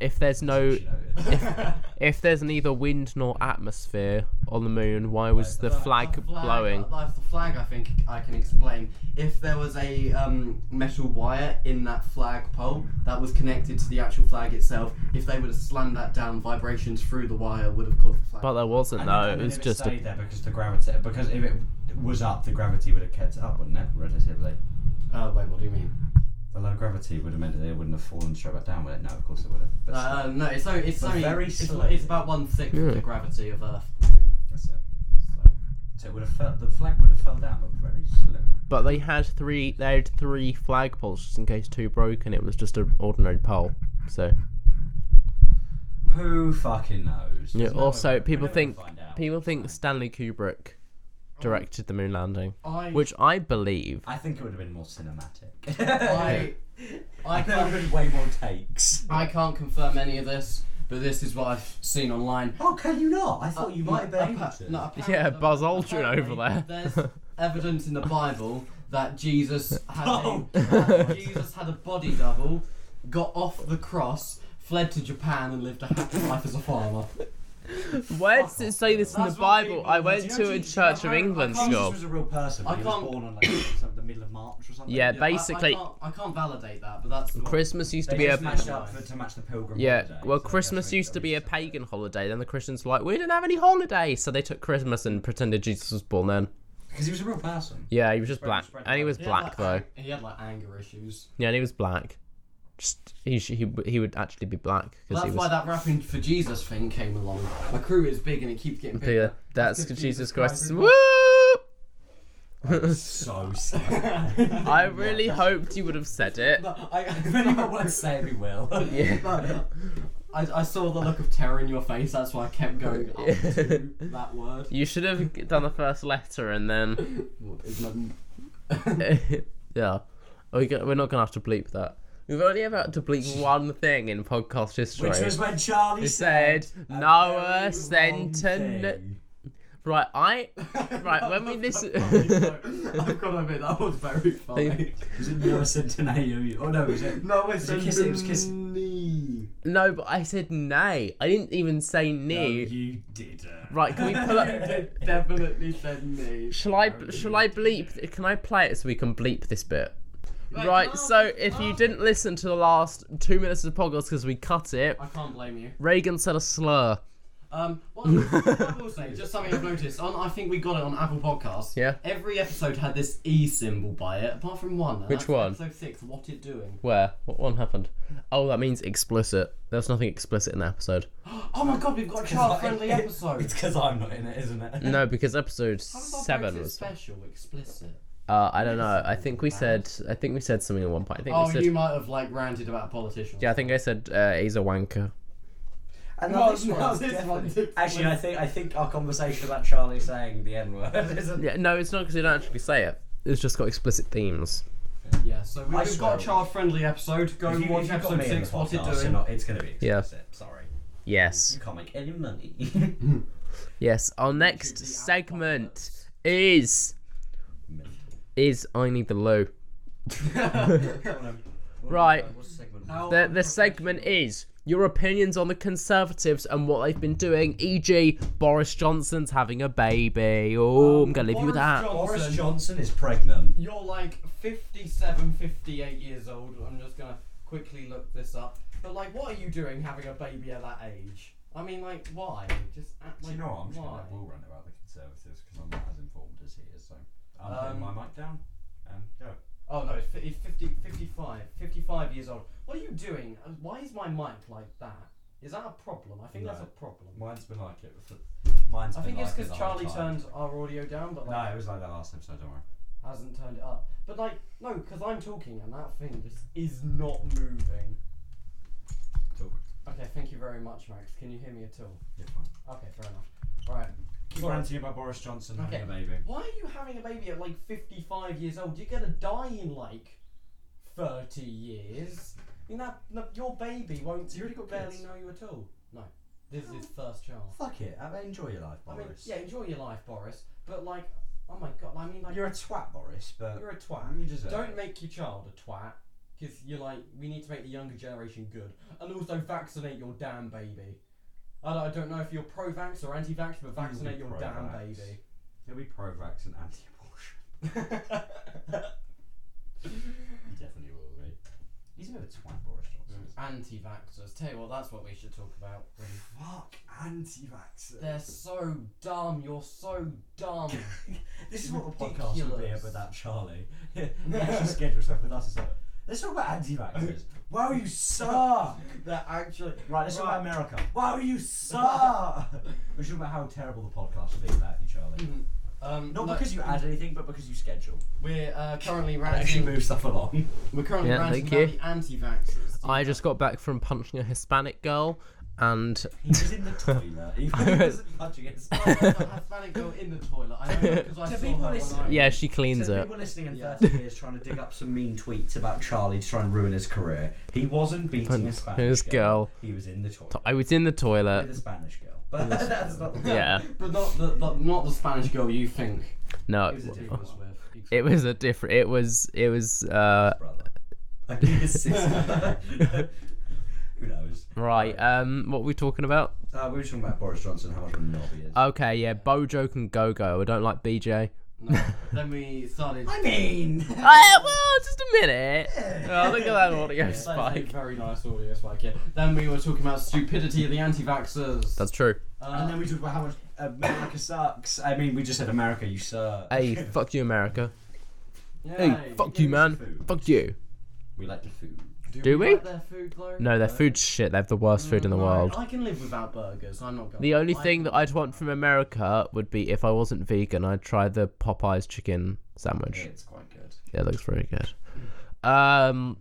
B: if there's no,
C: [laughs]
A: [laughs]
B: if there's neither wind nor atmosphere on the moon, why was the flag blowing?
A: That's uh, the flag. I think I can explain. If there was a um, metal wire in that flag pole that was connected to the actual flag itself, if they would have slammed that down, vibrations through the wire would have caused the flag.
B: But there wasn't. No, it was
C: if
B: just
C: it
B: a
C: stayed there because the gravity. Because if it was up, the gravity would have kept it up, wouldn't it? Relatively,
A: Oh wait, what do you mean?
C: the low gravity would have meant that it wouldn't have fallen straight back down, would it? No, of course it would have. But still,
A: Uh, no, it's only it's
C: But
A: only
C: very
A: it's,
C: slowly.
A: it's about one sixth of
B: Yeah.
A: the gravity of Earth.
C: that's it. So it would have fell, the flag would have fell down, but very slow.
B: But they had three. They had three flag poles just in case two broke, and it was just an ordinary pole. So
C: Who fucking knows?
B: yeah.
C: There's no way
B: also,
C: we're- we're
B: people
C: never gonna
B: think
C: find out.
B: people think Stanley Kubrick directed the moon landing,
A: I
B: which I believe.
C: I think it would have been more [laughs] cinematic.
A: [laughs] I I
C: I think there
A: can't
C: would have been way more takes.
A: I can't confirm any of this, but this is what I've seen online.
C: Oh, can you not?
A: Uh,
C: I thought you might have been able
A: Appa-
C: to.
A: no,
B: Yeah,
A: apparently-
B: Buzz Aldrin
A: apparently
B: over
A: There's
B: there.
A: evidence in the Bible that Jesus
C: [laughs]
A: had
C: Oh,
A: a, Jesus had a body double, got off the cross, fled to Japan, and lived a happy life as a farmer.
B: Where does it say this in the
A: That's what
B: Bible?
A: people-
B: I
A: do
B: went
C: Do you know
B: to a
C: Jesus-
B: Church of
C: I can't-
B: England
C: I can't-
B: school.
C: Jesus was a real person.
A: I
C: but he was
A: can't-
C: born
A: [coughs]
C: on like some- the middle of March or something.
B: Yeah,
A: Yeah, I-
B: basically,
A: I, can't, I can't validate that, but that's what-
B: Christmas used to
C: They
B: be a
C: just matched up for, to match the pilgrim.
B: yeah.
C: holiday,
B: Well,
C: so I guess
B: Christmas
C: we-
B: used to
C: we
B: be a
C: just have [laughs]
B: pagan holiday. Then the Christians were like, we didn't have any holidays, so they took Christmas and pretended Jesus was born then.
C: Because he was a real person.
B: Yeah, he was just
C: Spread-
B: black,
C: spread
B: and he
C: love.
B: was
A: he had,
B: black though.
A: like, an- He had like anger issues.
B: Yeah, and he was black. Just he sh- he, w- he would actually be black because
A: That's
B: he was.
A: why that rapping for Jesus thing came along.
B: [laughs]
A: My crew is big and it keeps getting bigger.
B: Yeah, that's
A: [laughs] because
B: Jesus Christ.
A: is
B: Woo!
C: [laughs] so scared.
B: I really hoped you would have said it.
A: [laughs] I,
C: if anyone wants to say it, we
B: [laughs]
C: will.
A: No, I, I saw the look of terror in your face. That's why I kept going up to [laughs] that word.
B: [laughs] You should have done the first letter and then. [laughs]
A: What is [laughs] my-
B: yeah. Are we go- we're not going to have to bleep that. We've only ever had
A: [laughs]
B: to bleep one thing in podcast history.
C: Which was when Charlie [laughs]
B: You
C: said,
B: said,
C: a
B: "No,
C: very
B: uh,
C: wrong
B: senten-
C: thing."
B: Right, I. Right, when we listen.
A: I've got to admit that was very funny.
C: Was it Neurocentenary? Oh no, was it?
B: [laughs]
A: No, it's
C: it kissing? It was kissing.
A: knee.
B: no, but I said nay. I didn't even say
C: No,
B: knee.
C: you did. uh,
B: Right, can we
C: [laughs]
B: pull up.
A: Definitely said knee.
B: Shall I shall I bleep? Can I play it so we can bleep this bit? Right. so if you didn't listen to the last two minutes of the podcast because we cut it,
A: I can't blame you.
B: Reagan said a slur.
A: Um, what I will say, just something I've noticed. On, I think we got it on Apple Podcasts.
B: Yeah.
A: Every episode had this E symbol by it, apart from one. and
B: Which
A: that's
B: one?
A: Episode six. What it doing?
B: Where? What one happened? Oh, that means explicit. There's nothing explicit in the episode.
A: Oh my god, we've got
C: [laughs]
A: a [laughs] child-friendly episode.
C: It's because I'm not in it, isn't it?
B: No, because episode
A: How about
B: seven
A: Brexit
B: was.
A: special explicit.
B: Uh, I don't know. I think we said. I think we said something at one point. I think
A: Oh,
B: we said.
A: you might have like ranted about politicians.
B: Yeah, I think I said uh, he's a wanker.
C: And
A: No,
C: this
A: no,
C: one's
A: this
C: definitely-
A: one-
C: Actually, I think I think our conversation about Charlie saying the N word [laughs] isn't.
B: Yeah, no, it's not because you don't actually say it. It's just got explicit themes.
A: Yeah, so we-
C: I
A: we've
C: swear
A: got
C: it
A: a child-friendly episode. Go
C: If
A: and
C: you-
A: watch
C: if you've got
A: episode
C: me in the
A: six. What it
C: podcast,
A: doing?
C: you're
A: [laughs]
C: not- it's going to be
B: Yeah.
C: explicit. Sorry,
B: Yes.
C: you can't make any money. [laughs]
B: Yes. Our next
A: the
B: segment is is I need the loo. Right.
A: How
B: The the segment is your opinions on the Conservatives and what they've been doing, e.g., Boris Johnson's having a baby. Oh, I'm gonna leave you with
A: Boris
B: that.
C: Boris
A: Johnson.
C: Johnson is pregnant.
A: [laughs] You're like 57, 58 years old. I'm just gonna quickly look this up. But like, what are you doing having a baby at that age? I mean, like, why? Just act
C: Do
A: like
C: you know what? I'm just
A: why?
C: going to will rant about the Conservatives because I'm not as informed as he is. So I'm
A: Um,
C: putting my mic down and go.
A: Oh no, it's fi- it's 50, 55, 55 years old. What are you doing? Uh, Why is my mic like that? Is that a problem? I think that's a
C: No.
A: problem.
C: Mine's been like it. For, mine's
A: I
C: been
A: think it's
C: like it
A: because
C: the whole
A: Charlie
C: time.
A: turned our audio down, but
C: No,
A: like
C: it was like that last episode. Don't worry.
A: hasn't turned it up. But like, no, because I'm talking and that thing just is not moving.
C: Talk.
A: Okay, thank you very much, Max. Can you hear me at all?
C: You're fine.
A: Okay, fair enough. Right.
C: Keep ranting about Boris Johnson
A: Okay.
C: having a baby.
A: Why are you having a baby at like 55 years old? You're gonna die in like 30 years. You know, no, your baby won't.
C: You already got
A: barely
C: kids.
A: know you at all. No, this is his first child.
C: Fuck it. I mean, enjoy your life,
A: I
C: Boris.
A: mean, yeah, enjoy your life, Boris. But like, oh my god, I mean, like,
C: You're a twat, Boris, but
A: you're a twat.
C: you deserve
A: Don't
C: it.
A: make your child a twat. Because you're like, we need to make the younger generation good. And also vaccinate your damn baby. I don't, I don't know if you're pro vax or anti vax, but vaccinate your damn
C: pro-vax.
A: baby.
C: He'll be pro-vax and anti-abortion. [laughs] He definitely will be. He's a bit of a twat, Boris Johnson.
A: anti vaxxers. Tell you what, that's what we should talk about.
C: Fuck anti-vaxxers.
A: They're so dumb. You're so dumb.
C: [laughs] This is what the podcast would be
A: Ridiculous.
C: about Charlie. [laughs] he actually schedules stuff with us. It's like, let's talk about anti-vaxxers. [laughs] wow, you suck.
A: They're actually.
C: Right, let's talk about America. Wow, you [laughs] suck. we should talk about how terrible the podcast would be without you, Charlie.
A: Um,
C: Not
A: no,
C: because you add anything, but because you schedule.
A: We're
C: [laughs]
A: uh, currently
C: And actually
A: ranting.
C: move stuff along.
A: We're currently
B: Yeah,
A: ranting
B: thank
A: about
B: you.
A: the anti vaxxers. [laughs]
B: I just got back from punching a Hispanic girl, and
C: [laughs] He was [laughs] in the toilet. He wasn't touching [laughs] his
A: Hispanic girl in the toilet. I know because I
B: [laughs]
C: To
A: saw
C: people
A: her
C: listening-
A: when I-
B: yeah, she cleans
C: So
B: it.
C: people listening in
A: Yeah.
C: 30 years trying to dig up some mean tweets about Charlie to try and ruin his career. He wasn't beating a Spanish
B: His girl.
C: He was in the toilet
B: I was in the
C: with
B: toilet.
C: a Spanish girl. But [laughs] that's not the
B: Yeah.
A: But not the, the not the Spanish girl you think.
B: No.
C: It was a different one.
B: It was a different. It was. It was. Uh,
C: brother. I think his [laughs] sister. Who knows?
B: right. Um. What were we talking about?
C: Uh, we were talking about Boris Johnson, how much of a knob he is.
B: Okay. Yeah. Bojo and Go Go. I don't like BJ. [laughs]
A: No. then we started.
C: I mean, [laughs]
B: Uh, well, just a minute. Oh, look at that audio
A: That's a
B: spike.
A: very nice audio spike. Yeah. Then we were talking about stupidity of the anti-vaxxers.
B: That's true.
C: and
A: uh,
C: then we talked about how much America sucks. I mean, we just said America, you suck.
B: Hey, fuck you, America. Hey,
A: yay.
B: fuck you, man.
C: food.
B: Fuck you.
C: We like the food.
B: Do we?
A: like their food, though?
B: No, their food's shit. They have the worst food in the
A: No,
B: world.
A: Mm, I can live without burgers. I'm not going.
B: The only thing that I'd want from America would be if I wasn't vegan, I'd try the Popeyes chicken sandwich.
C: It's quite good.
B: Yeah, it looks very good. Um,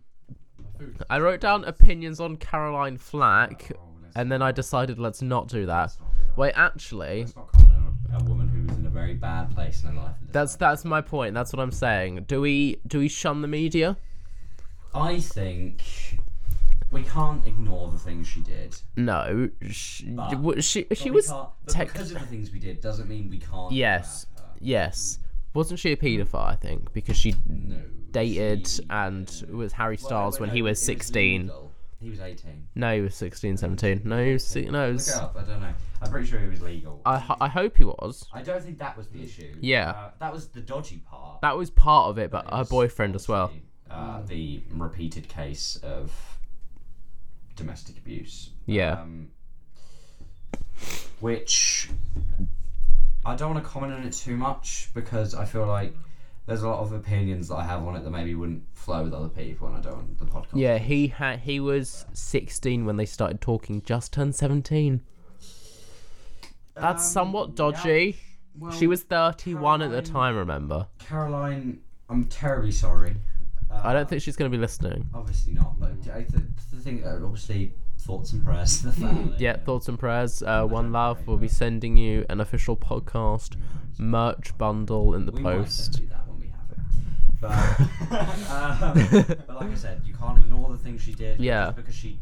A: Food.
B: I wrote down opinions on Caroline Flack,
C: Oh, let's,
B: and then I decided let's not do that.
C: let's not do that.
B: Wait, actually,
C: Let's not comment on a, a woman who was in a very bad place in her life.
B: that's that's my point. That's what I'm saying. Do we do we shun the media?
C: I think we can't ignore the things she did.
B: No, she
C: But-
B: w- she,
C: But
B: she
C: Ah. we
B: was
C: can't- but
B: tech.
C: because of the things we did doesn't mean we can't.
B: Yes,
C: grab her.
B: yes. Wasn't she a paedophile? I think because she
C: No.
B: dated
C: she-
B: and was Harry
C: Well,
B: Styles
C: wait,
B: when
C: no,
B: he
C: it
B: was 16.
C: legal. He was 18.
B: No, he was 16, 17. No, he was, si- no. It
C: Look it
B: was,
C: up. I don't know. I'm pretty sure he was legal.
B: I ho- I hope he was.
C: I don't think that was the issue.
B: Yeah.
C: Uh, that was the dodgy part.
B: That was part of it, but her
C: It's
B: boyfriend as well.
C: Uh, the repeated case of domestic abuse.
B: Yeah.
C: Um, which I don't want to comment on it too much because I feel like there's a lot of opinions that I have on it that maybe wouldn't flow with other people, and I don't want the podcast.
B: Yeah, he had he was 16 when they started talking. Just turned 17. That's
C: Um,
B: somewhat
C: yeah.
B: dodgy.
C: Well,
B: she was 31 at the
C: Caroline-
B: time. Remember,
C: Caroline. I'm terribly sorry. Uh,
B: I don't think she's going to be listening.
C: Obviously not, but I th- the thing, uh, obviously, thoughts and prayers to the family.
B: Yeah, thoughts and prayers. Uh, One Love will be sending you an official podcast merch bundle in the
C: We
B: post.
C: might do that when we have it.
B: [laughs]
C: But, um, but like I said, you can't ignore the things she did.
B: Yeah.
C: Just because she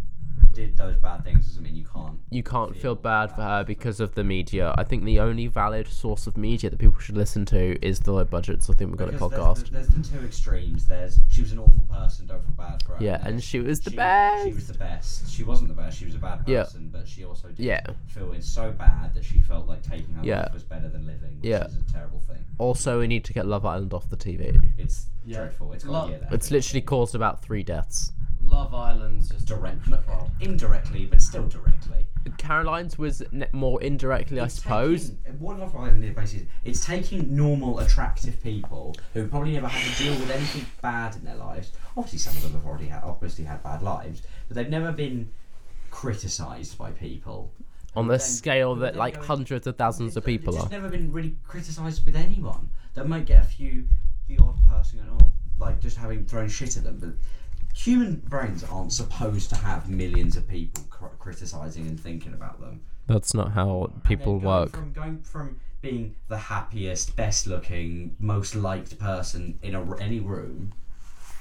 C: did those bad things doesn't mean you can't.
B: You can't feel
C: feel
B: bad for
C: bad
B: her
C: for-
B: because of the media. I think the only valid source of media that people should listen to is the low budget. So I think we've got a
C: Because
B: podcast.
C: There's the, there's the two extremes. There's she was an awful person. Don't feel bad for her.
B: Yeah,
C: there's
B: and she was the
C: she-
B: best.
C: She was the best. She wasn't the best. She was a bad
B: Yeah.
C: person, but she also did
B: Yeah.
C: feel it so bad that she felt like taking her
B: Yeah.
C: life was better than living, which
B: Yeah.
C: is a terrible thing.
B: Also, we need to get Love Island off the TV.
C: It's
A: Yeah.
C: dreadful. It's got
A: Lo-
C: a year left.
B: It's literally caused about three deaths.
A: Love Island's just
C: direct, no, indirectly, but still directly.
B: Caroline's was ne- more indirectly, I
C: It's
B: suppose.
C: Taking, what Love Island is basically, it's taking normal, attractive people who probably never had to deal with anything bad in their lives. Obviously, some of them have already had, obviously had bad lives, but they've never been criticised by people.
B: On the
C: Then-
B: scale
C: but
B: that
C: then
B: like
C: going-
B: hundreds of thousands of
C: They've
B: people
C: just
B: are.
C: never been really criticised with anyone. They might get a few, the odd person, and all, like just having thrown shit at them. But human brains aren't supposed to have millions of people cr- criticising and thinking about them.
B: That's not how
C: And
B: people
C: then going
B: work.
C: From going from being the happiest, best-looking, most liked person in a r any room,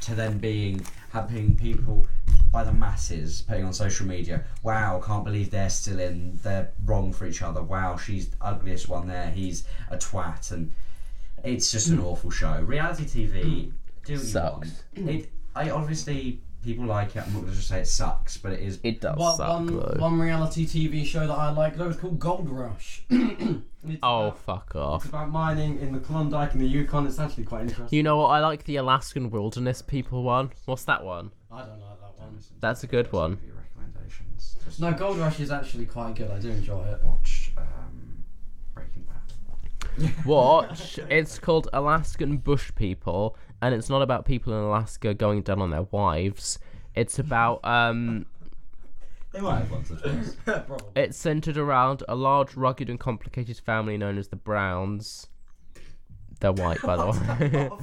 C: to then being having people by the masses putting on social media. Wow, can't believe they're still in. They're wrong for each other. Wow, she's the ugliest one there. He's a twat, and it's just an awful show. Reality TV, do what you
B: Sucks.
C: want. It, I obviously people like it. I'm not going to say it sucks, but it is.
B: It does
A: One,
B: suck though.
A: one, one reality TV show that I like though is called Gold Rush. [clears throat] It's
B: Oh
A: about-
B: fuck
A: It's
B: off.
A: about mining in the Klondike and the Yukon. It's actually quite interesting.
B: You know what? I like the Alaskan Wilderness People one. What's that one?
A: I don't like that one.
B: That's a good one.
C: Your recommendations. Just-
A: No, Gold Rush is actually quite good. I do enjoy it. [laughs]
C: watch um, Breaking Bad.
B: Watch. it's called Alaskan Bush People, and it's not about people in Alaska going down on their wives. It's about um.
C: They might have [clears throat] once or twice.
A: Probably.
B: It's centered around a large, rugged, and complicated family known as the Browns. They're white,
C: [laughs]
B: by the way. [laughs]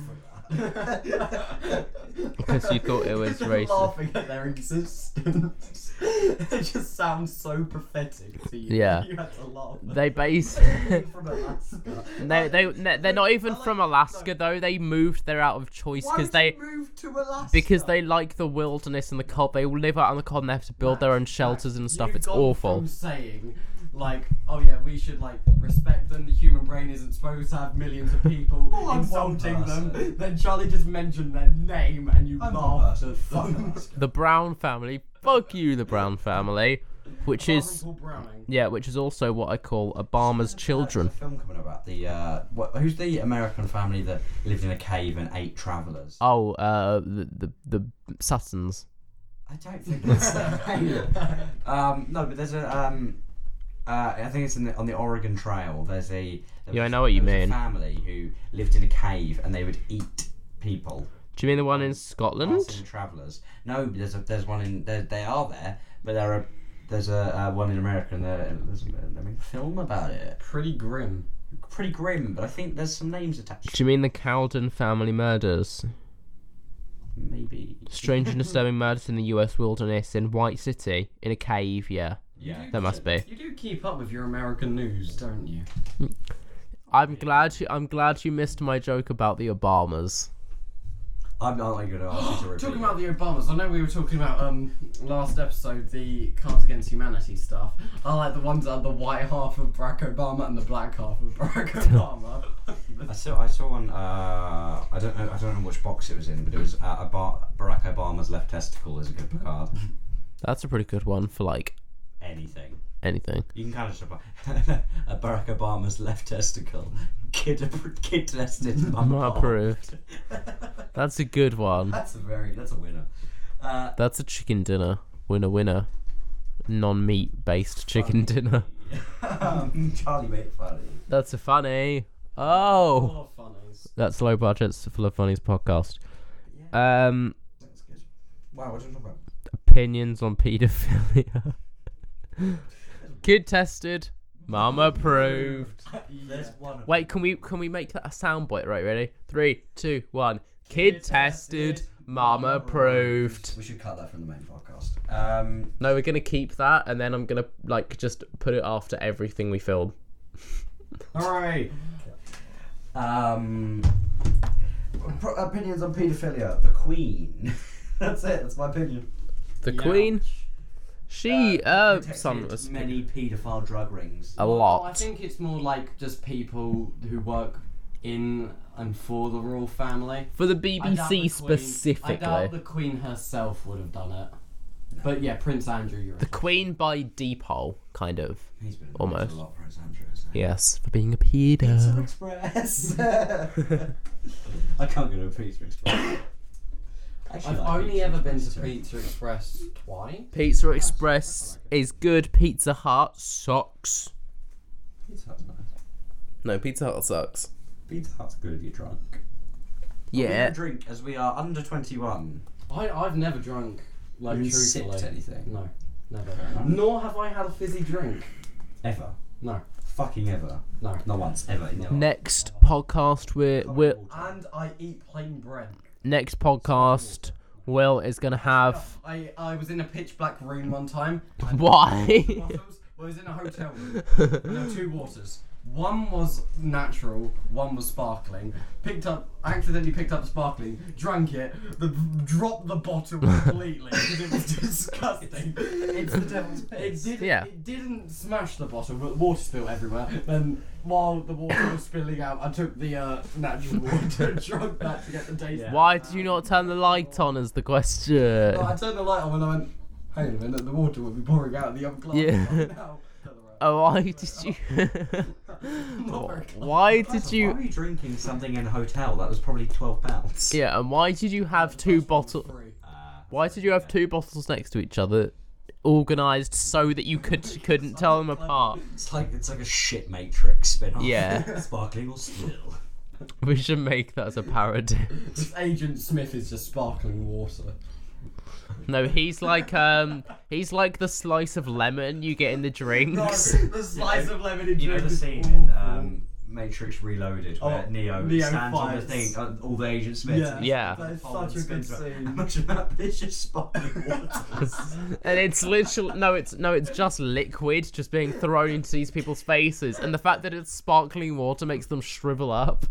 B: Because you thought it was
A: Just
B: racist.
A: Laughing at their existence. [laughs] it just sounds so pathetic to you.
B: Yeah.
A: You had to laugh.
B: They
A: [laughs]
B: base.
A: They're from Alaska.
B: [laughs] No, they they- they're not even from Alaska though. They moved there out of choice
A: Why
B: because
A: would
B: they
A: you move to Alaska?
B: because they like the wilderness and the cold. They all live out on the cold and they have to build their own shelters and stuff.
A: You've
B: It's
A: gone
B: awful.
A: From saying like, oh yeah, we should like respect them. The human brain isn't supposed to have millions of people
C: Well, I'm
A: insulting
C: one
A: them.
C: person.
A: Then Charlie just mentioned their name and you
C: I'm
A: laughed
C: not
A: at them.
B: The Brown family. Fuck you, the Brown family, which is
A: Paul Browning.
B: yeah, which is also what I call Obama's children.
C: There's a film coming about the uh, what, who's the American family that lived in a cave and ate travelers?
B: Oh, uh, the the, the Suttons.
C: I don't think that's their name.
B: [laughs]
C: Um, no, but there's a um, uh, I think it's in the, on the Oregon Trail. There's a there
B: Yeah, I
C: was-
B: know what you
C: there was A
B: mean.
C: family who lived in a cave and they would eat people.
B: Do you mean the one in
C: passing
B: Scotland?
C: travelers. No, there's a, there's one in there, they are there, but there are there's a uh, one in America and there, there's a, there's a film about it.
A: [laughs] Pretty grim.
C: pretty grim, but I think there's some names attached.
B: Do you mean the Cowden family murders?
C: Maybe.
B: Strange and disturbing murders in the U.S. wilderness in White City in a cave. Yeah,
C: Yeah.
B: that must be.
A: You do keep up with your American news, don't you?
B: I'm glad you. I'm glad you missed my joke about the Obamas.
C: I'm not going to ask you to repeat.
A: Talking
C: it.
A: about the Obamas, I know we were talking about um last episode the Cards Against Humanity stuff. I like the ones that are the white half of Barack Obama and the black half of
B: [laughs]
A: Barack
B: Oh.
A: Obama.
C: I saw I saw one. Uh, I don't know. I don't know which box it was in, but it was uh, Aba- Barack Obama's left testicle is a good [laughs] card.
B: That's a pretty good one for like
C: Anything
B: anything.
C: you can kind of just [laughs] a Barack Obama's left testicle [laughs] kid kid [laughs] tested.
B: I'm not approved. That's a good one.
C: That's a very. That's a winner. Uh, [laughs]
B: That's a chicken dinner. Winner, winner. Non meat based chicken dinner.
C: um, Charlie made funny.
B: That's a funny. Oh,
A: Oh, funnies.
B: that's low budgets full of funnies podcast.
C: Uh,
B: Um,
C: That's good. Wow, what did you talk about?
B: opinions on paedophilia. [laughs] Kid tested. Mum approved.
C: There's one. Of
B: Wait, can we can we make that a soundbite? Right, ready? Three, two, one. Kid tested. Mum approved.
C: We should cut that from the main podcast. Um,
B: No, we're gonna keep that, and then I'm gonna like just put it after everything we film.
A: Hooray!
C: um, pro- opinions on paedophilia. The Queen. [laughs] that's it. That's my opinion.
B: The Queen, she uh, some
C: Detected many paedophile drug rings.
B: a
A: Well, I
B: lot.
A: think it's more like just people who work in and for the royal family.
B: For the
A: I doubt the
B: BBC
A: Queen- I doubt
B: specifically,
A: the Queen herself would have done it. But yeah, Prince Andrew, you're
B: the Queen by Deepole, kind of.
C: He's been
B: Almost.
C: a lot for his Andrews.
B: Yes, for being a pedo.
C: Express. [laughs] I can't go to a Pizza Express. Actually,
A: I've
C: I like
A: only
C: Pizza
A: ever been
C: Express
A: to
C: too.
A: Pizza Express twice.
B: Pizza Express is good. Pizza Hut sucks.
C: Pizza Hut's nice.
B: No, Pizza Hut sucks.
C: Pizza Hut's good if you're drunk. We
B: Yeah.
C: don't drink as we are under 21.
A: I, I've never drunk, like,
C: Have you
A: truthfully.
C: sipped anything?
A: No,
C: Fair
A: never.
C: enough.
A: Nor have I had a fizzy drink.
C: Ever.
A: No,
C: Fucking ever.
A: no.
C: Not once. Ever. in your life.
B: Next podcast, we're we're
A: And I eat plain bread.
B: next podcast. Will is gonna have [laughs]
A: I, I was in a pitch black room one time.
B: why?
A: Waffles. Well, I was in a hotel room. and there were two waters. One was natural, one was sparkling. Picked up, accidentally picked up sparkling, drank it, the, dropped the
B: [laughs]
A: bottle completely because it was disgusting.
C: It's the devil's
A: It,
C: piss.
A: did,
B: Yeah.
A: it didn't smash the bottle, but water spilled everywhere. And while the water was spilling out, I took the uh, natural water
B: [laughs]
A: and drunk that to get the taste.
B: Why did you not turn the light on? Is the
A: But I
B: question.
A: turned the light on and I went, hang on a minute, the water will be pouring out of the other glass.
B: Yeah.
A: right [laughs] now."
B: Oh, why did you? [laughs]
A: Not very clever.
B: why did
C: Why
B: you?
C: were you drinking something in a hotel? That was probably twelve pounds.
B: Yeah, and why did you have two bottles?
A: Free.
B: Why did you have two bottles next to each other, organized so that you could couldn't tell them apart?
C: It's like it's like a shit matrix spin off. [laughs]
B: Yeah.
C: Sparkling or still.
B: We should make that as a parody.
A: This Agent Smith is just sparkling water.
B: No, he's like um, he's like the slice of lemon you get in
A: [laughs]
B: the drinks.
A: the slice of lemon in
C: You
A: drink
C: ever
A: is
C: seen
A: awful.
C: in um, Matrix Reloaded where
A: Oh,
C: Neo,
A: Neo
C: stands on the
A: fights.
C: thing, uh, all the Agent Smiths.
A: Yeah,
C: and he
B: Yeah.
A: that is
C: folds
A: such a
C: and
A: good
C: spins around.
A: [laughs]
C: [laughs]
A: scene.
C: Imagine that bitch just sparkling water.
B: [laughs] and it's literally no, it's no, it's just liquid just being thrown into these people's faces, and the fact that it's sparkling water makes them shrivel up.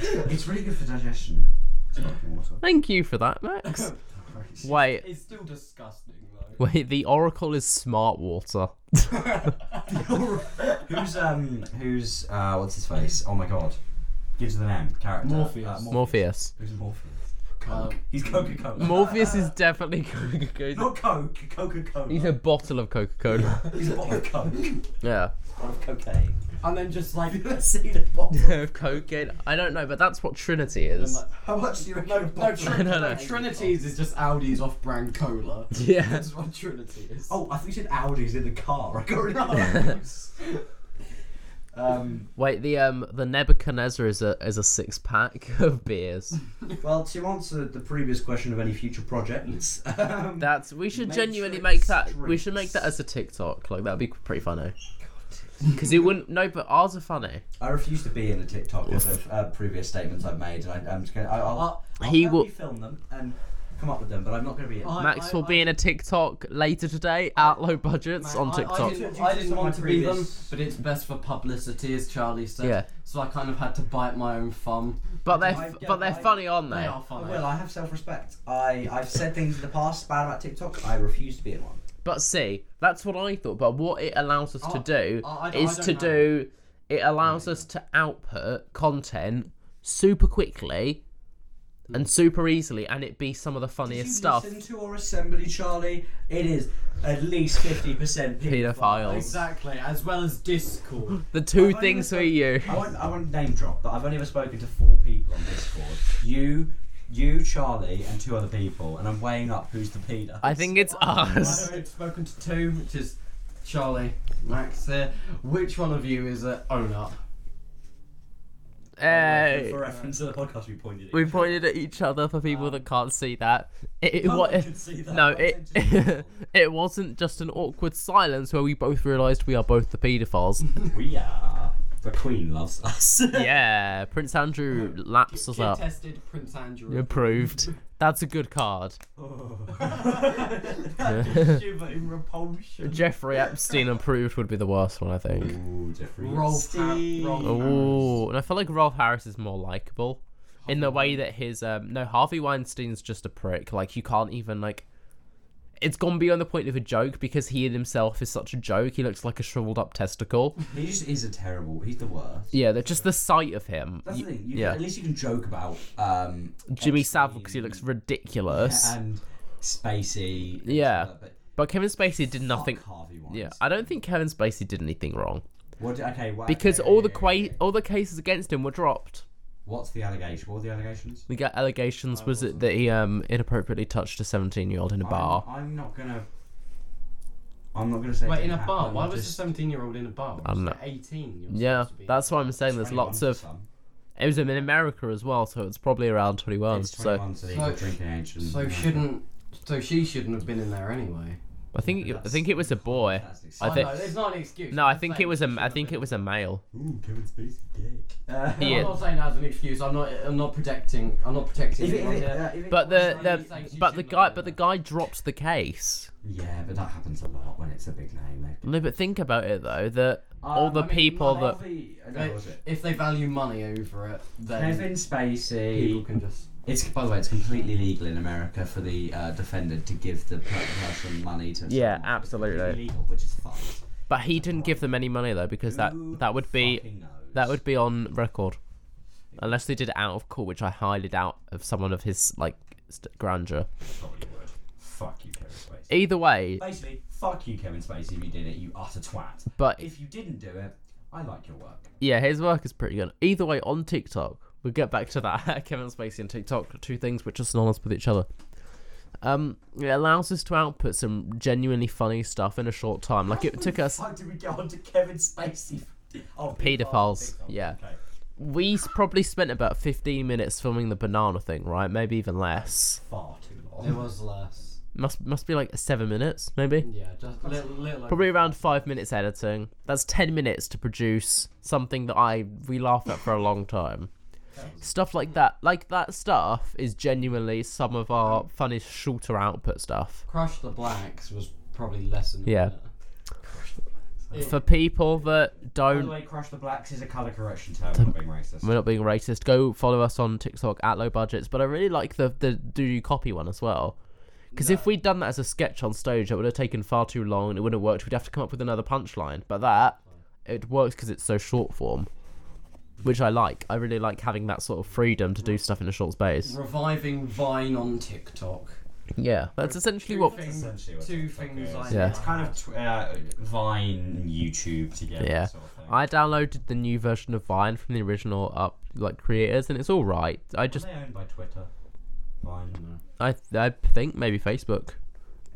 C: it's really good for digestion. Sparkling water.
B: Thank you for that, Max. Wait,
A: It's still disgusting though.
B: wait. The Oracle is smart water.
C: Who's um who's uh what's his face? Oh my god. Gives the name character.
A: Morpheus.
C: Uh,
B: Morpheus.
C: Who's Morpheus?
A: Um,
C: Coke. He's Coca Cola.
B: Morpheus is definitely [laughs] Coca-Cola.
C: Not Coke. Coca Cola.
B: He's a bottle
C: [laughs]
B: of Coca-Cola.
C: He's a bottle of Coke.
B: Yeah. [laughs]
C: bottle of cocaine.
A: and then just [laughs] like
C: I've seen a bottle.
B: Cocaine. I don't know, but that's what Trinity
A: and [laughs]
B: is.
A: like-
C: How much do you reckon?
A: no,
C: a
A: no,
C: bottle-
A: Trin-
B: No, no.
A: no, Trinity's is just Audi's off-brand cola. [laughs]
B: Yeah.
A: That's what Trinity
B: [laughs]
A: is.
C: Oh, I think you said Audi's in the car. [laughs] I got really confused. um,
B: Wait, the um the Nebuchadnezzar is a is a six pack [laughs] of beers.
C: well, to answer the previous question of any future projects, um,
B: That's we should genuinely make
C: Matrix
B: that we should make that
C: drinks.
B: as a TikTok. Like that'd be pretty funny. Because it wouldn't. No, but ours are funny.
C: I refuse to be in a TikTok because of uh, previous statements I've made, and I, I'm just going. to I'll, I'll, I'll
B: He
C: he
B: will-
C: will film them and come up with them, but I'm not going to be in.
A: I-
B: Max will be in a TikTok later today at low budgets on
A: I-
B: TikTok.
A: I, didn't, I didn't want to be them, but it's best for publicity, as Charlie said.
B: Yeah.
A: So I kind of had to bite my own thumb.
B: but they're
C: I-
B: f-
C: yeah,
B: but they're
C: I-
B: funny, aren't
A: They
B: they?
A: are
C: I
A: funny.
C: will. I have self-respect. I I've said things in the past bad about TikTok. I refuse to be in one.
B: But see, that's what I thought. But what it allows us to
A: Oh,
B: do
A: oh, I don't- I
B: is
A: don't
B: to
A: know.
B: do it allows us to output content super quickly and super easily, and it be some of the funniest stuff.
C: Listen to or assembly, Charlie. It is at least fifty percent
B: Pedophiles.
A: Exactly, as well as Discord.
C: [gasps]
B: The two
C: I've only
B: things
C: ever
B: we
C: spoke-
B: use.
C: I want, I want to name drop, but I've only ever spoken to four people on Discord. You, you, Charlie, and two other people, and I'm weighing up who's the pedo.
B: I think it's us.
A: I've only spoken to two, which is Charlie, Max. There, which one of you is a own up?
B: Hey.
C: For uh, reference to the podcast, we pointed. At
B: Uh, We
C: each other.
B: pointed at each other for people that can't see that. It, it,
C: No
B: wa-
C: one can Oh, see that.
B: No,
C: That's
B: it [laughs]
C: intentional.
B: it wasn't just an awkward silence where we both realised we are both
C: [laughs]
B: the paedophiles.
C: [laughs] We are. The Queen loves
B: [laughs]
C: us. [laughs]
B: yeah, Prince Andrew laps us up.
A: Contested Prince Andrew.
B: Approved. That's a good card. [laughs]
A: Just shiver in repulsion.
B: Jeffrey Epstein approved would be the worst one, I think.
C: Ooh, Jeffrey.
A: Rolf Har- Rolf
B: Oh, and I feel like Rolf Harris is more likable in the way that his um no Harvey Weinstein's just a prick. Like you can't even like. It's gone beyond the point of a joke because he himself is such a joke. He looks like a shriveled up testicle.
C: He just is a terrible. He's the worst.
B: Yeah, that just the sight of him.
C: That's the thing. You,
B: yeah.
C: At least you can joke about um,
B: Jimmy
C: Epstein
B: Savile because he looks ridiculous.
C: and Spacey. and
B: Yeah.
C: stuff like that,
B: but Kevin Spacey did
C: but
B: nothing.
C: fuck Harvey Weinstein.
B: Yeah, I don't think Kevin Spacey did anything wrong
C: What? do- Okay. Well,
B: because
C: okay,
B: all
C: okay,
B: the
C: okay,
B: qua-
C: okay.
B: all the cases against him were dropped.
C: What's the allegation? What are the allegations?
B: We got allegations was it that he um inappropriately touched a 17 year old in a bar.
C: I'm, I'm not gonna. I'm not gonna say.
A: Wait,
C: it
A: in a
C: happened,
A: bar? Why
C: I'm
A: was a
C: just-
A: 17 year old in a bar? I
B: don't know.
A: 18. You're
B: Yeah,
A: supposed to be.
B: that's why I'm saying there's
C: 21
B: lots
C: for
B: of.
C: some.
B: It was in America as well, so it's probably around 21.
C: It's
B: So
C: 21 so, legal
A: So-
C: drinking age. And,
A: So shouldn't. So she shouldn't have been in there anyway.
B: I think it- I
C: That's-
B: think it was a boy.
C: that's an
B: I
A: I
B: think
A: know, it's not an excuse.
B: no, I
A: I'm
B: think
A: saying
B: it was
A: she
B: a I
A: shouldn't
B: think
A: have
B: it was a male.
C: Ooh, Kevin Spacey, dick. Uh, [laughs]
B: Yeah.
A: been. I'm not saying that as an excuse. I'm not. I'm not protecting. I'm not protecting.
C: if it- if
A: anyone
C: it-
A: here.
C: uh, if it
B: But the
C: was like-
A: He's saying
B: the
A: she
B: but the
A: shouldn't
B: guy
A: have
B: but the
A: been
B: guy dropped the case.
C: Yeah, but that happens a lot when it's a big name. Like,
B: No, but think about it though that all
A: Um,
B: the
A: I mean,
B: people that
C: Harvey, I don't know,
A: They-
C: what was it?
A: if they value money over it, then
C: Kevin
A: people
C: Spacey.
A: can just.
C: It's by the way, it's completely legal in America for the uh, defendant to give the per- person money to.
B: Yeah,
C: someone.
B: absolutely.
C: It's illegal, which is fucked.
B: but he didn't give them any money though because that
C: Who
B: that would be
C: fucking knows?
B: that would be on record. Unless they did it out of court, which I highlighted out of someone of his like st- grandeur.
C: probably would. Fuck you, Kevin Spacey.
B: Either way,
C: Basically, fuck you, Kevin Spacey. If you did it, you utter twat.
B: but
C: If you didn't do it, I like your work.
B: Yeah, his work is pretty good. Either way, on TikTok, we'll get back to that. [laughs] Kevin Spacey and TikTok, two things which are synonymous with each other. Um, it allows us to output some genuinely funny stuff in a short time. Like it took us,
C: How did we get on to Kevin Spacey? [laughs] Oh,
B: Paedophiles,
C: paedophiles,
B: yeah.
C: okay.
B: we s- probably spent about 15 minutes filming the banana thing, right? Maybe even less.
C: Far too long.
A: It was less.
B: Must must be like seven minutes, maybe.
A: Yeah, just little, little.
B: Probably around five minutes editing. That's ten minutes to produce something that I we laughed at for a long time. Stuff like that, like that stuff, is genuinely some of our funnest shorter output stuff.
A: Crush the Blacks was probably less than. a
B: Yeah.
A: minute. It-
B: For people that
C: By the
B: don't,
C: way, Crush the Blacks is a colour correction term. I'm not being racist.
B: we're not being racist. Go follow us on TikTok at low budgets. But I really like the the do you copy one as well. Because if we'd done that as a sketch on stage, it would have taken far too long and it wouldn't have worked. We'd have to come up with another punchline. But that, it works because it's so short form, which I like. I really like having that sort of freedom to do stuff in a short space.
A: reviving Vine on TikTok.
B: Yeah, that's essentially what.
A: Thing-
C: essentially what
A: two
C: TikTok
A: things.
C: is.
A: I
B: Yeah.
C: It's kind of tw- uh, Vine and YouTube together.
B: Yeah.
C: Sort of thing.
B: I downloaded the new version of Vine from the original up like creators, and it's all right. I
C: Just
B: just
C: they owned by Twitter. Vine. No.
B: I I think maybe Facebook.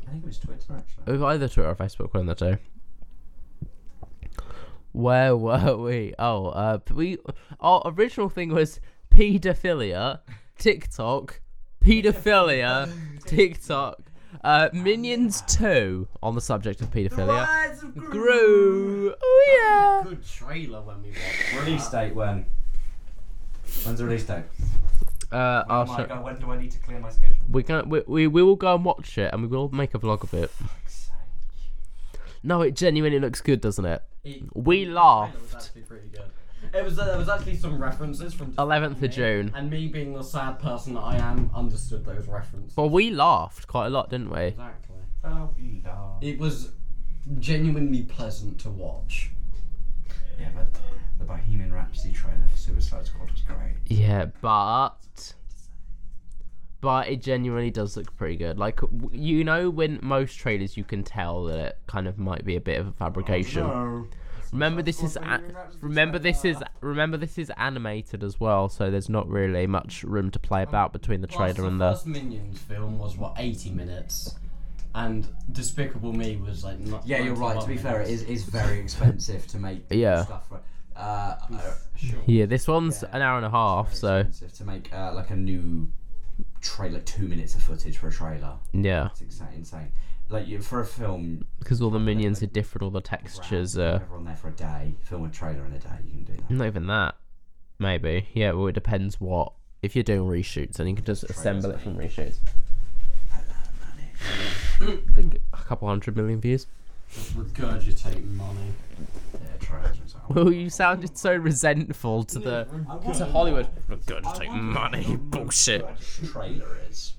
C: I think it was Twitter actually.
B: It was either Twitter or Facebook, one of the two. Where were [laughs] we? Oh, uh, p- we our original thing was
C: [laughs]
B: paedophilia, TikTok, paedophilia, TikTok, Uh, Minions 2 on the subject of paedophilia.
A: Rise of Gru.
B: Gru. Oh, yeah.
A: Good trailer when we watched.
C: Release date when? When's the release date?
B: Uh,
C: Oh
B: I'll
C: my
B: show-
C: god, when do I need to clear my schedule?
B: We're gonna, we, we, we will go and watch it and we will make a vlog of it. No, it genuinely looks good, doesn't it?
A: It-
B: We
A: the
B: laughed.
A: trailer was actually pretty good. It was, uh, there was actually some references from
B: 11th of
A: Disney,
B: June.
A: and me being the sad person that I am understood those references
B: Well, we laughed quite a lot, didn't we?
A: exactly.
C: Oh, we laugh.
A: It was genuinely pleasant to watch.
C: Yeah, but the Bohemian Rhapsody trailer for Suicide Squad was great.
B: Yeah, but but it genuinely does look pretty good. Like w- you know, when most trailers, you can tell that it kind of might be a bit of a fabrication. Remember, this is a- remember this is remember this is animated as well, so there's not really much room to play about between the
A: Plus,
B: trailer
A: the
B: and the.
A: first Minions film was what 80 minutes, and Despicable Me was like. Not
C: Yeah, you're right. To be fair, it is, is very expensive to make
B: [laughs] Yeah.
C: stuff. For, uh, uh,
A: Sure.
B: Yeah, this one's
C: Yeah.
B: an hour and a half, so
C: expensive to make uh, like a new trailer, two minutes of footage for a trailer.
B: yeah,
C: It's insane. insane. Like you, for a film,
B: because all the minions are different, all the textures are.
C: everyone there for a day, film a trailer in a day. You can do that.
B: Not even that. Maybe. Yeah, well, it depends what. If you're doing reshoots, then you can just assemble it from reshoots. Think a couple hundred million views. [laughs]
A: Just regurgitate money. [clears throat]
C: Yeah, trailers. and so on.
B: Well, you sounded so resentful to the to Hollywood. We're going to [laughs] take
C: I wonder
B: money.
C: how much
B: Bullshit.
C: the Trailer is.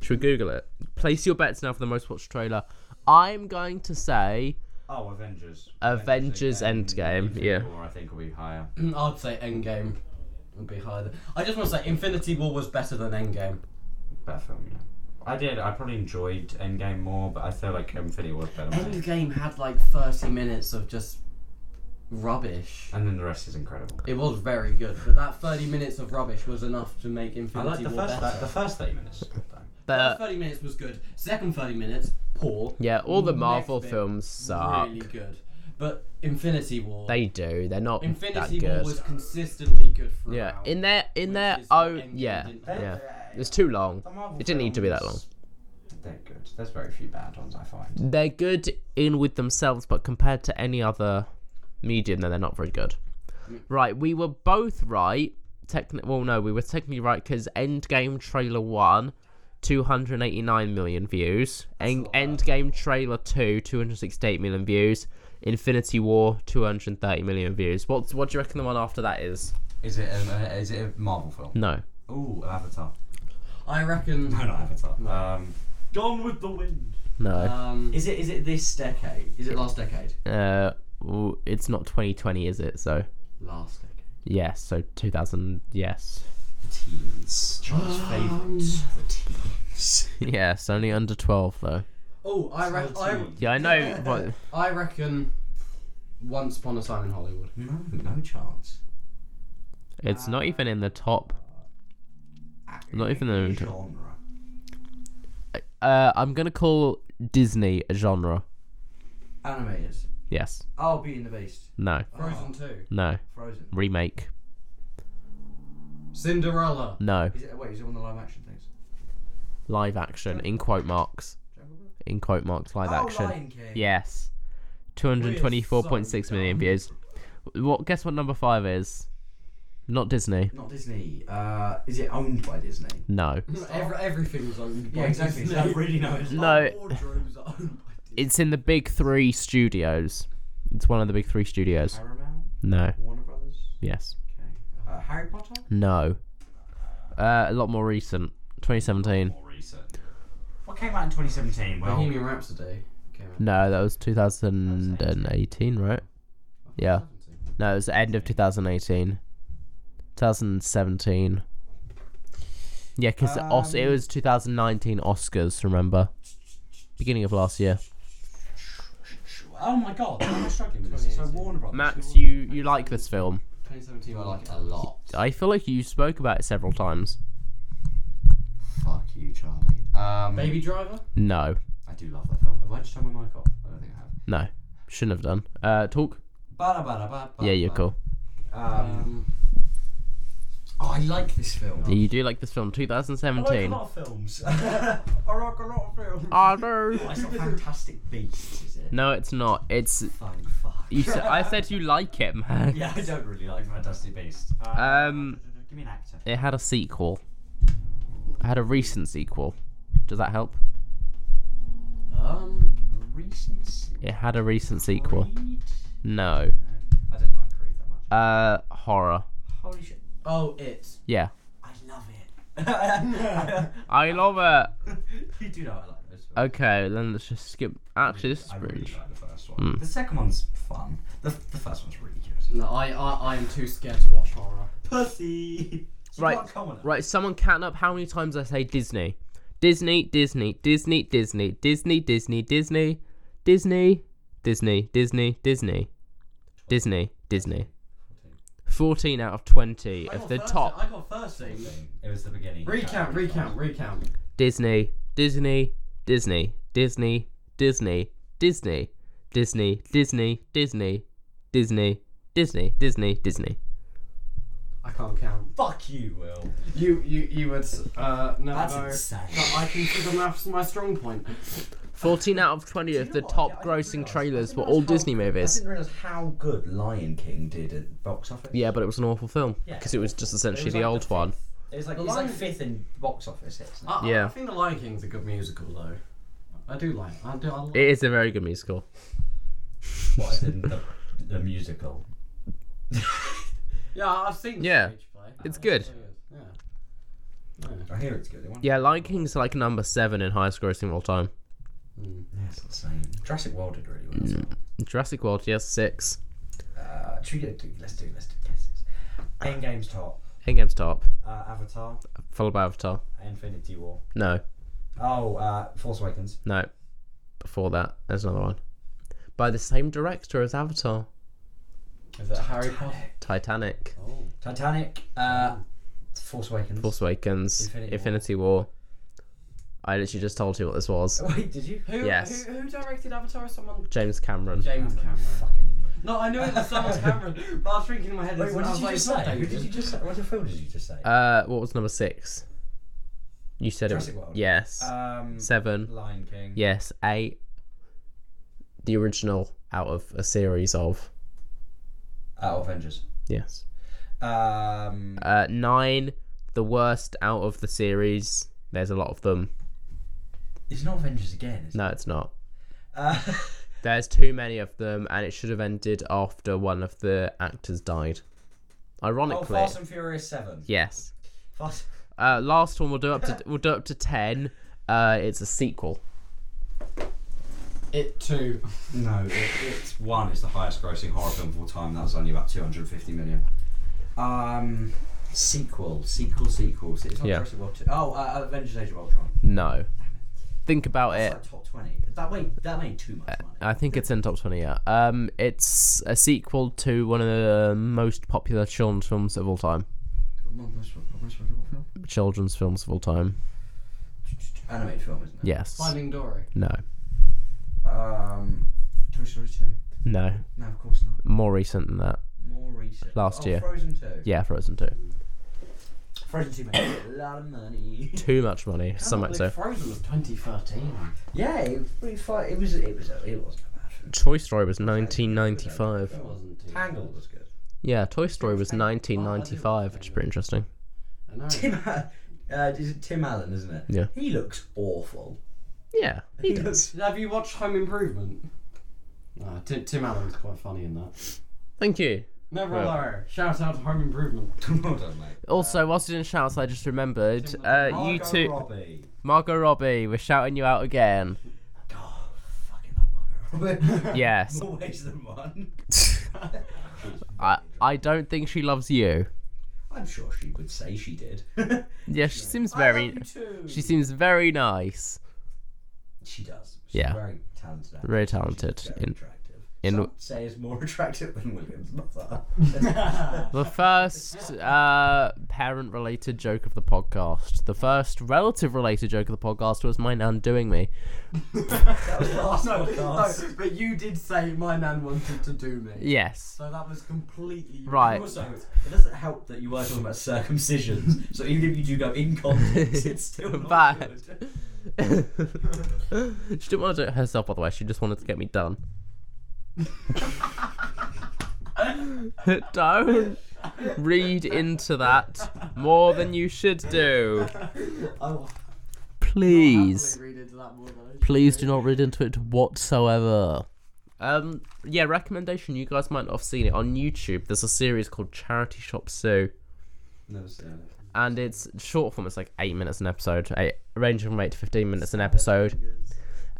B: Should we Google it? Place your bets now for the most watched trailer. I'm going to say
C: Oh, Avengers.
B: Avengers Endgame,
C: Infinity
B: yeah.
C: War, I think will be higher.
A: I'd say Endgame would be higher. Than... I just want to say Infinity War was better than Endgame.
C: Better film, yeah. I did. I probably enjoyed Endgame more, but I feel like Infinity War was better.
A: Endgame had like 30 minutes of just rubbish.
C: and then the rest is incredible.
A: It was very good, but that 30 minutes of rubbish was enough to make
C: I
A: Infinity
C: like the
A: War
C: first
A: better.
C: the first thirty minutes. though.
A: First
B: that.
A: 30 minutes was good. Second 30 minutes, poor.
B: Yeah, all the
A: Next
B: Marvel
A: bit,
B: films suck.
A: Really good. But Infinity War.
B: They do. They're not
A: Infinity
B: that
A: War
B: good.
A: was consistently good for
B: yeah, in their in their
A: is
B: own
A: Endgame
B: yeah
A: didn't have.
B: yeah.
C: They-
B: It's too long.
C: the Marvel
B: It didn't need to be that long.
C: films, They're good. There's very few bad ones I find.
B: they're good in with themselves, but compared to any other medium, then they're not very good. Right, we were both right. Techni- well, no, we were technically right because Endgame trailer one, 289 million views. En- Endgame trailer two, 268 million views. Infinity War, 230 million views. What's what do you reckon the one after that is?
C: Is it um, uh, is it a Marvel film?
B: No.
C: Ooh, Avatar.
A: I reckon.
C: [laughs] No,
B: [laughs]
C: not Avatar. Um, Gone with the Wind.
B: No.
A: Um,
C: Is it is it this decade? Is it last decade?
B: Uh, ooh, it's not 2020, is it? So,
C: Last decade.
B: yes, so 2000, yes. [laughs]
C: Teens. Charles'
B: Um,
C: favourites. The teens.
B: yes, only under 12, though.
A: oh, I, re- I,
B: Yeah, I know. What,
A: I reckon Once Upon a Time in Hollywood.
C: No, no chance.
B: It's not even in the top. Not even in the.
C: Genre.
B: Uh, I'm gonna call Disney a genre.
C: Animated.
B: Yes.
C: Oh, Beauty and the Beast.
B: No.
A: Frozen 2.
B: No.
C: Frozen.
B: Remake.
A: Cinderella.
B: No.
C: Is it, wait, is it one of the live action things?
B: Live action. In quote marks. In quote marks. Live
C: Oh,
B: action.
C: Lion King.
B: Yes. Two hundred twenty-four point six million views. What? Guess what number five is? Not Disney.
C: Not Disney. Uh, is it owned by Disney?
B: No.
A: Every, everything's owned by Disney.
C: really know.
B: [laughs]
C: [laughs]
B: No.
A: Wardrobes are owned by Disney.
B: It's in the big three studios. It's one of the big three studios.
C: Paramount.
B: No.
C: Warner Brothers.
B: Yes.
C: Okay. Uh, Harry Potter.
B: No. Uh, a lot more recent. 2017.
C: More recent. What came out in 2017?
A: [laughs] Bohemian Rhapsody. Came out.
B: No, that was 2018, right? Yeah. No, it was the end of 2018. 2017. Yeah, because Os- it was 2019 Oscars, remember? Beginning of last year.
C: Oh my god, [coughs] I'm struggling with this. So Warner Brothers.
B: Max, you, you like this film.
A: 2017 I like it a lot.
B: I feel like you spoke about it several times.
C: Fuck you, Charlie. Um,
A: Baby Driver?
B: No.
C: I do love that film. Have I just turned my mic off? I don't think I have.
B: No. Shouldn't have done. Uh, talk?
C: Ba-da-ba-da-ba-ba-ba.
B: Yeah, you're cool.
C: Um,
A: Um,
C: Oh, I like this film.
B: You do like this film,
C: I like
B: 2017.
C: a lot of films. [laughs] I like a lot of films.
B: I do.
C: It's not Fantastic Beasts, is it?
B: No, it's not. It's
C: Fine, fuck.
B: you. Said, I said you like it, man.
C: Yeah, I don't really like Fantastic Beasts. Uh,
B: Um,
C: give me an actor.
B: It had a sequel. It had a recent sequel. Does that help?
C: Um, recent.
B: It had a recent sequel.
C: Creed?
B: No.
C: No, I didn't like Creed that much.
B: Uh, horror.
C: Holy shit.
A: Oh, it.
B: Yeah.
C: I love [laughs] it.
B: I love it.
C: [laughs] you do know I like those films.
B: Okay, then let's just skip. Actually, this is
C: I really
B: pretty.
C: like the first one.
B: Hmm.
C: The second one's fun. The, the first one's really good.
A: No, I, I, I am too scared to watch horror.
C: Pussy.
B: Right,
C: Right.
B: Right, someone count up how many times I say Disney. Disney, Disney, Disney, Disney, Disney, Disney, Disney, Disney, Disney, Disney, Disney, Disney, Disney. 14 out of 20
A: I
B: of
A: got
B: the
A: 30
B: top.
A: I got thirsty.
C: It was the beginning.
A: Recount, recount, recount.
B: Disney, Disney, Disney, Disney, Disney, Disney, Disney, Disney, Disney, Disney, Disney, Disney, Disney.
A: I can't count.
C: Fuck you, Will.
A: You you you would uh no
C: That's
A: no.
C: insane.
A: But I consider maths my strong point.
B: 14 out of 20 of the top grossing trailers were all Disney
C: I
B: movies.
C: didn't realize how good Lion King did at box office.
B: Yeah, but it was an awful film
C: Yeah.
B: because it was just essentially
C: was
B: the
C: like
B: old
C: fifth-
B: one.
C: It was like,
A: The
C: it's like
A: Lion-
C: fifth in box office hits. isn't it?
A: I, I-
B: Yeah.
A: I think The Lion King's a good musical though. I do like. I do. I like.
B: It is a very good musical.
C: What, as in the, the musical?
A: yeah, I've seen. the
B: Yeah.
A: stage play.
B: It's good.
A: Yeah.
C: [laughs] I hear it's good. It won't-
B: Yeah, Lion King's like number seven in highest grossing of all time.
A: Hmm.
C: yeah, it's not the same. Jurassic World did really well. as well.
B: Jurassic World, yes, six.
C: Uh, should we do? Let's do. Let's do guesses. Endgame's top.
B: Endgame's top,
C: Uh, Avatar.
B: followed by Avatar.
C: Infinity War.
B: No,
C: Oh, uh, Force Awakens.
B: no. Before that, there's another one. By the same director as Avatar,
A: Is it Harry Potter?
B: Titanic,
A: Oh.
C: Titanic. Uh, Force Awakens.
B: Force Awakens,
C: Infinity
B: Infinity,
C: War.
B: War. I literally just told you what this was.
C: [laughs] Wait, did you?
A: Who,
B: Yes.
A: who who directed Avatar? Someone.
B: James Cameron.
A: James Cameron.
C: Fucking idiot.
A: No, I knew it was
B: [laughs]
A: someone's Cameron, but I was thinking in my head.
C: Wait,
A: it's-
C: what
A: I
C: did
A: was
C: you
A: like,
C: just
A: not
C: say? Who
A: David.
C: did you just say? What film did you just say?
B: Uh, what was number six? You said
C: Jurassic
B: it.
C: World.
B: Yes.
C: um,
B: Seven.
C: Lion King.
B: Yes. Eight. The original out of a series of.
C: Uh, Avengers.
B: Yes.
C: Um,
B: Uh, nine, the worst out of the series. There's a lot of them.
C: it's not Avengers again. Is it?
B: No, it's not.
C: Uh, [laughs]
B: There's too many of them, and it should have ended after one of the actors died.
C: oh,
B: Ironically,
C: Fast and Furious Seven.
B: yes.
C: Fast.
B: Uh, last one we'll do up to we'll do up to ten. Uh, it's a sequel.
A: It too.
C: No, it, it's one. It's the highest grossing horror film of all time. That was only about 250 million. Um, sequel, sequel, sequel. It's not
B: Yeah.
C: Jurassic World 2. Oh, uh, Avengers Age of Ultron.
B: No, think about
C: That's
B: it.
C: like top 20. That wait, that made too much money.
B: Uh, I think it's in top twenty. Yeah. Um, it's a sequel to one of the most popular children's films of all time. Children's films of all time.
C: Animated film, isn't it?
B: Yes.
A: Finding Dory.
B: No.
C: Um, Toy Story 2.
B: No.
C: No, of course not.
B: More recent than that.
C: More recent.
B: Last
C: oh,
B: year.
C: Frozen 2.
B: Yeah, Frozen 2.
C: Frozen 2 made a lot of money.
B: Too much money, so much so.
A: Frozen was 2013.
C: [laughs] Yeah, it was pretty fun. It was. It was. It wasn't a bad film.
B: Toy Story was 1995.
A: It wasn't. too
C: Tangled was good.
B: Yeah, Toy Story was 1995, which is pretty interesting.
A: I know.
C: Tim, uh, is it Tim Allen, isn't it?
B: Yeah.
C: He looks awful.
B: Yeah, he did.
A: Have you watched Home Improvement? Nah, Tim, Tim Allen's quite funny in that.
B: Thank you.
A: Never
B: Well.
A: alone. Shout out to Home Improvement.
C: [laughs] well done, mate.
B: Also, whilst you didn't shout, I just remembered uh, you
C: Margot
B: two,
C: Robbie.
B: Margot Robbie, we're shouting you out again.
C: Oh, fucking love Margot Robbie. [laughs]
B: Yes,
C: More ways than
B: [laughs]
C: one.
B: I, I don't think she loves you.
C: I'm sure she would say she did. [laughs]
B: Yeah, she seems
A: I
B: very,
A: love you too.
B: she seems very nice,
C: she does. She's
B: Yeah.
C: Very talented. actress.
B: very talented.
C: She's Very
B: In,
C: attractive.
B: in
C: Some say is more [laughs] attractive than Williams. Not [laughs] that.
B: the first uh, parent related joke of the podcast. The first relative related joke of the podcast was my nan doing me.
C: That was last
A: No, no,
C: podcast.
A: but you did say my nan wanted to do me.
B: Yes.
A: So that was completely
B: Right.
C: Also, it doesn't help that you were talking about
B: [laughs]
C: circumcisions. so even if you do go in context, it's still not
B: Bad.
C: good.
B: [laughs] She didn't want to do it herself, by the way. She just wanted to get me done. [laughs] Don't read into that more than you should do.
A: Oh, I will
B: Please.
A: happily read into that more than I should.
B: Please do not read into it whatsoever. Um, yeah, recommendation. You guys might not have seen it on YouTube. There's a series called Charity Shop Sue,
C: Never seen it.
B: and it's short form. It's like eight minutes an episode, eight, ranging from eight to fifteen minutes an episode,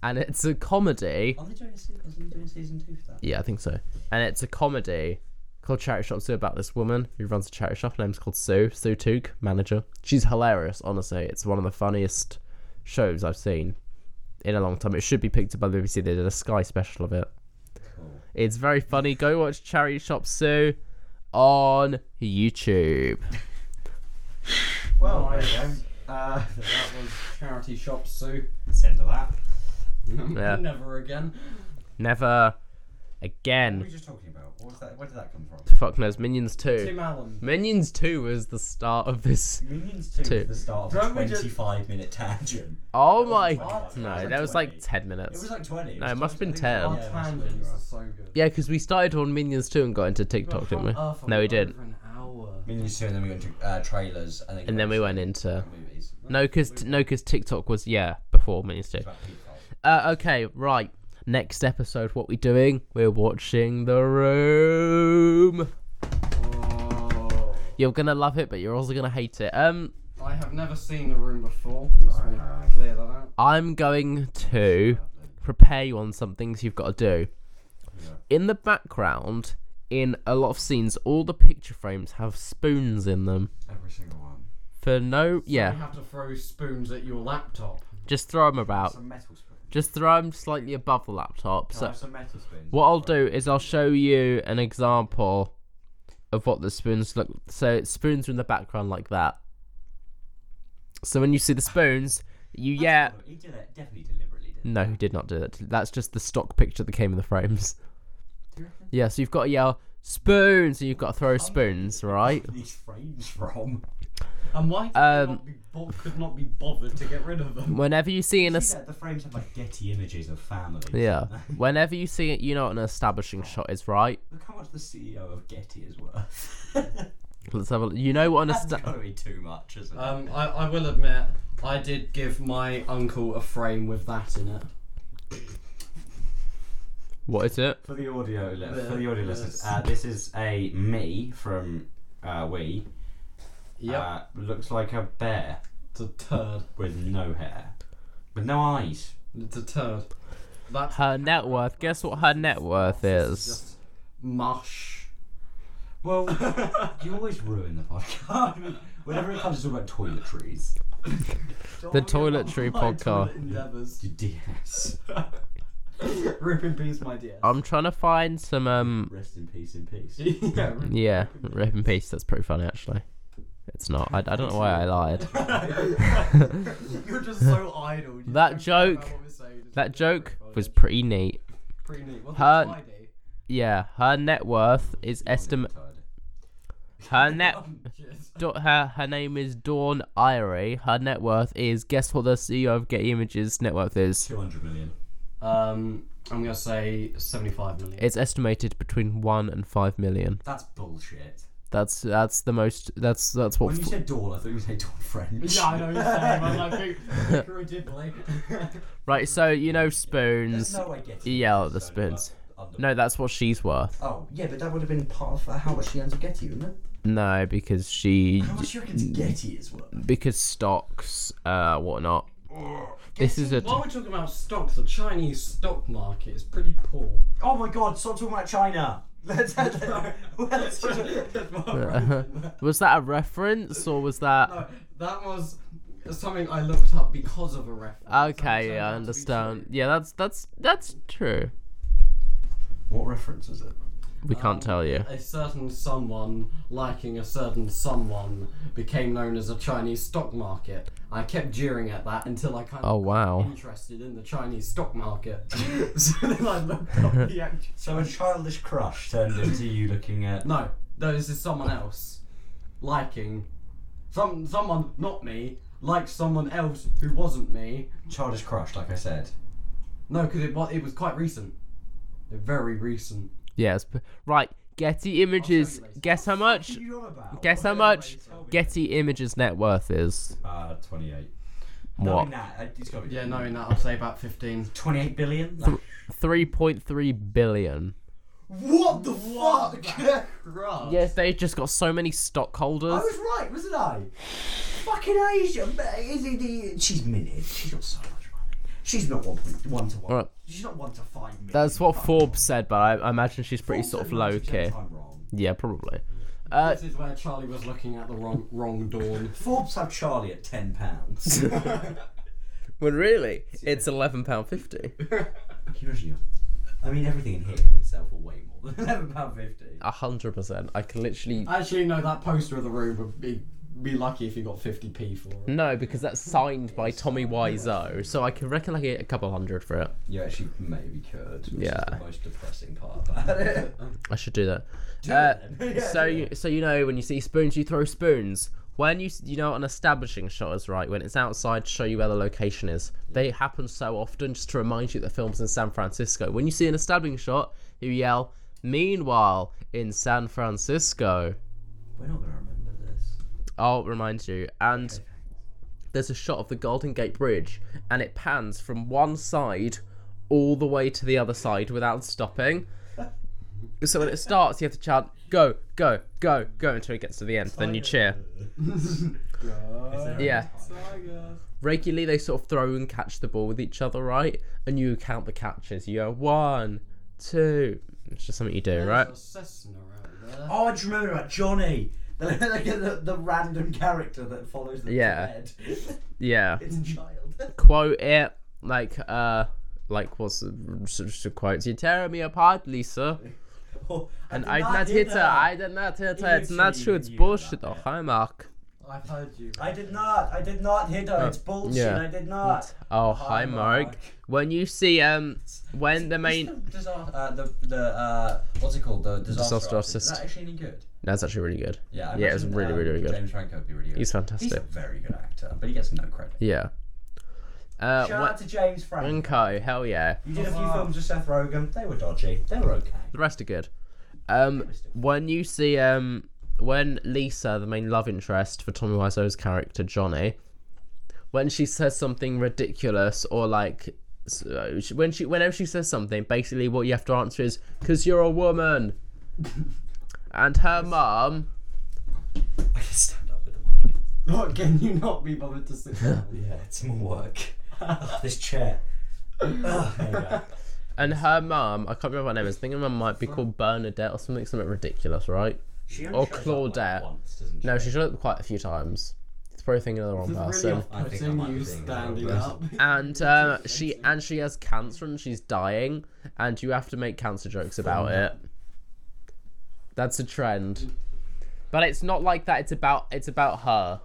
B: and it's a comedy.
C: Are they doing, a se- is he doing season two for that?
B: Yeah, I think so. And it's a comedy called Charity Shop Sue about this woman who runs a charity shop. Her name's called Sue, Sue Toog, manager. She's hilarious, honestly. It's one of the funniest shows I've seen in a long time. It should be picked up by the BBC. They did a Sky special of it.
C: Cool.
B: It's very funny. Go watch Charity Shop Sue on YouTube.
C: Well,
A: Nice.
C: there you go. Uh,
A: That was charity shop Sue.
C: that's the end of that.
B: [laughs] Yeah.
A: Never again.
B: Never
C: What were we
B: again.
C: just talking about? What was that? Where did that come from?
B: Fuck knows. Minions 2.
A: Tim Allen.
B: Minions 2 was the start of this.
C: Minions 2,
B: Two.
C: is the start of a
A: Don't we just-
C: 25 minute tangent.
B: Oh my.
C: What? It
B: No,
C: was like
B: that was like
C: 20.
B: 10
C: It
B: minutes.
C: was like 20.
B: No, it must have been 10.
A: Our
C: Yeah, that's
A: tangents
C: right.
A: are so good.
B: Yeah, because we started on Minions 2 and got into
A: But
B: TikTok,
A: how
B: didn't we?
A: on earth are
B: No, we didn't.
A: over an hour?
C: Minions 2, and then we went to uh, trailers, and then,
B: And then we went into.
C: movies.
B: No, because no, 'cause TikTok was, yeah, before Minions 2.
C: About people.
B: Uh, okay, right. Next episode, what we doing? We're watching The Room.
A: Oh,
B: You're gonna love it, but you're also gonna hate it. Um,
A: I have never seen the room before. Just
C: I
A: want to
C: have.
A: clear that out.
B: I'm going to prepare you on some things you've got to do. In the background, in a lot of scenes, all the picture frames have spoons in them.
C: Every single one.
B: For no,
A: You
B: yeah,
A: have to throw spoons at your laptop.
B: just throw them about.
C: Some metal spoons.
B: Just throw them slightly above the laptop.
C: Can I
B: Oh. So
C: have some metal spoons.
B: What I'll do is I'll show you an example of what the spoons look. So spoons are in the background like that. So when you see the spoons, you yeah.
C: He did that definitely deliberately. Did.
B: No, he did not do that. That's just the stock picture that came in the frames. [laughs] Yeah, so you've got to yell spoons, and you've got to throw spoons, right?
C: These frames from.
A: And why could,
B: Um,
A: not be bo- could not be bothered to get rid of them?
B: Whenever you see an es-
C: Yeah, the frames have like Getty images of families. [laughs]
B: yeah, whenever you see it, you know what an establishing shot is, right?
C: Look how much the CEO of Getty is worth. [laughs]
B: Let's have a. You know what an
C: That's
B: esta-
C: gotta be too much, isn't it?
A: Um, I, I will admit, I did give my uncle a frame with that in it.
B: what is it?
C: For the audio, li-
A: The-
C: for the audio
A: the-
C: listeners, uh, this is a me from uh, We.
A: Yep.
C: Uh, looks like a bear
A: it's a turd.
C: with no hair, with no eyes.
A: It's a turd. That's
B: Her net worth. Guess what her net worth
A: This
B: is.
A: just mush. [laughs]
C: Well, you always ruin the podcast [laughs] whenever it comes to talk about toiletries.
B: The toiletry
A: My toilet
B: podcast.
A: endeavours.
C: Your DS.
A: Rip in peace, my dear.
B: I'm trying to find some. Um,
C: Rest in peace, in peace.
A: [laughs] yeah. rip-
B: yeah, rip in peace. That's pretty funny, actually. It's not. I, I don't know why I lied. [laughs]
A: You're just so idle. You don't care about
B: That joke-
A: what we're saying, just
B: That
A: rip
B: joke
A: it.
B: was pretty neat.
A: pretty neat. Wasn't
B: Her-
A: it Friday?
B: Yeah, her net worth is estimate.
A: [laughs]
B: Her net.
A: Cheers.
B: Do- her her name is Dawn Irie. Her net worth is guess what the CEO of Getty Images net worth is.
C: Two hundred million.
A: Um, I'm gonna say 75 million.
B: It's estimated between one and five million.
C: That's bullshit.
B: That's that's the most. That's that's what.
C: When you
B: f-
C: said Dawn, I thought you said Dawn French.
A: yeah, I know what you're saying, but like, think, think
B: [laughs]
A: creatively.
B: right. So you know
C: There's
B: spoons.
C: no way Getty.
B: Yeah,
C: is
B: the
C: so
B: spoons.
C: much under-
B: No, that's what she's worth.
C: Oh, yeah, but that would have been part of uh, how much she earns at Getty, wouldn't it?
B: No, because she
C: How much do you reckon
B: Mm.
C: Getty is worth?
B: because stocks, uh, whatnot. This is a t-
A: While we're talking about stocks, the Chinese stock market is pretty
B: [laughs]
A: poor. [laughs]
C: Oh my god, stop talking about China! [laughs] Let's let's-
A: [laughs]
C: let's-
B: [laughs] was that a reference or was that
A: Uh, that was something I looked up because of a reference.
B: okay?
A: That turned out to
B: I
A: be
B: understand. Yeah, that's that's that's true.
C: What reference is it?
B: We
C: Um,
B: can't tell
C: uh,
B: you.
A: A certain someone liking a certain someone became known as a Chinese stock market. I kept jeering at that until I kind of
B: Oh wow.
A: interested in the Chinese stock market.
B: [laughs]
A: [laughs] so then I looked up the actual.
C: So a childish crush
A: [laughs]
C: turned into you looking at.
A: No, no, this is someone else liking some someone not me liked someone else who wasn't me.
C: Childish crush, like I said.
A: No, because it was it was quite recent, very recent.
B: Yes. p- Right. Getty Images.
A: later.
B: Guess how much?
C: you on about?
B: Guess how much Getty Images net worth is?
C: Uh, 28.
B: What?
C: Knowing that, uh, it's gotta be
A: Yeah, knowing that, I'd say about fifteen.
C: 28 billion?
B: Three point three billion.
C: what the [laughs]
A: fuck? Right.
B: Yes, they've just got so many stockholders.
C: right, wasn't I? Fucking Asia. Is it the... She's minted. She's got so much money. She's not one, one to one.
B: Alright.
C: She's not one to five million.
B: That's what
C: Fuck.
B: Forbes said, but I, I imagine she's pretty
C: Forbes
B: sort of
C: said
B: low
C: 90%
B: key.
C: I'm wrong.
B: Yeah, probably. Uh,
A: This is where Charlie was looking at the wrong wrong dawn.
C: Forbes have Charlie at ten
B: [laughs]
C: pounds. Can
B: well, really, it's eleven pound fifty.
C: you imagine you? I mean, everything in here would sell for way more than [laughs] eleven pound fifty.
B: A hundred percent. I can literally
A: Actually, no, that poster of the room would be be lucky if you got fifty p for it.
B: no, because that's signed by Tommy Wiseau, so I can reckon I get a couple hundred for it.
C: You actually maybe could. Which
B: Yeah.
C: Is the most depressing part about [laughs] it. Um,
B: I should do that. Uh,
C: then. [laughs] Yeah,
B: so
C: do
B: you, so you know when you see spoons, you throw spoons. When you s- you know what an establishing shot is right when it's outside to show you where the location is. They happen so often just to remind you that the film's in San Francisco. When you see an establishing shot, you yell, "Meanwhile in San Francisco."
C: We're not gonna remember this.
B: I'll remind you. And there's a shot of the Golden Gate Bridge, and it pans from one side all the way to the other side without stopping. So when it starts, you have to chant "Go, go, go, go" until it gets to the end. Then you cheer. Hmm.
A: [laughs]
B: Yeah. Regularly, they sort of throw and catch the ball with each other, right? And you count the catches. You go one, two. It's just something you do, right?
C: Oh, I just remember about Johnny. The, [laughs] the, the random character that follows the
B: Yeah.
C: head.
B: Yeah.
C: [laughs] it's a child. [laughs]
B: quote it like uh like what's the sort of- sort of quotes you tear me apart lisa
C: Oh,
B: and
C: did
B: i did not hit her i did not hit her it's not true it's
C: Usually you do
B: bullshit
C: that,
B: oh
C: yeah.
B: hi mark
A: I've heard you.
C: I did not. I did not hit her. it's bullshit.
B: Oh, yeah.
C: I did not.
B: oh hi
C: Hi,
B: mark
C: Mark.
B: when you see um when the
C: Is [laughs]
B: main
C: the, disa- uh, the, the uh, what's it called? The disaster,
B: Disaster
C: artist. Is
B: artist.
C: that actually any good?
B: that's actually really good
C: Yeah, I
B: yeah it's
C: imagine,
B: really
C: um,
B: really really good
C: James Franco would be really good.
B: he's
C: He's a
B: fantastic
C: very good actor, but he gets no credit.
B: yeah uh
C: Shout out to James Franco.
B: when Co, hell yeah
C: You did a few films with Seth Rogen. They were dodgy. They were okay.
B: The rest are good. Um, when you see um, when Lisa, the main love interest for Tommy Wiseau's character Johnny, when she says something ridiculous or like s- uh, she- when she whenever she says something, basically what you have to answer is "cause you're a woman," and her mum.
C: I can stand up with the mic.
A: What can you [laughs] not be bothered to sit
B: [laughs]
A: down?
C: Yeah, it's more work. Ugh, this chair. Ugh, there you go.
B: And her mum, I can't remember what her name is. I think her mum might be called Bernadette or something, something ridiculous, right?
C: She
B: Or
C: only shows up, like,
B: Oh, Claudette.
C: once, doesn't
B: No,
C: she?
B: she showed up quite a few times. It's probably thinking of the wrong
A: This is
B: person.
C: I
A: really
C: think I
A: off-putting
C: might be
A: you
C: being a
A: standing
C: little
A: up.
C: [laughs]
B: and uh, she and she has cancer and she's dying, and you have to make cancer jokes about it. That's a trend, but it's not like that. It's about it's about her.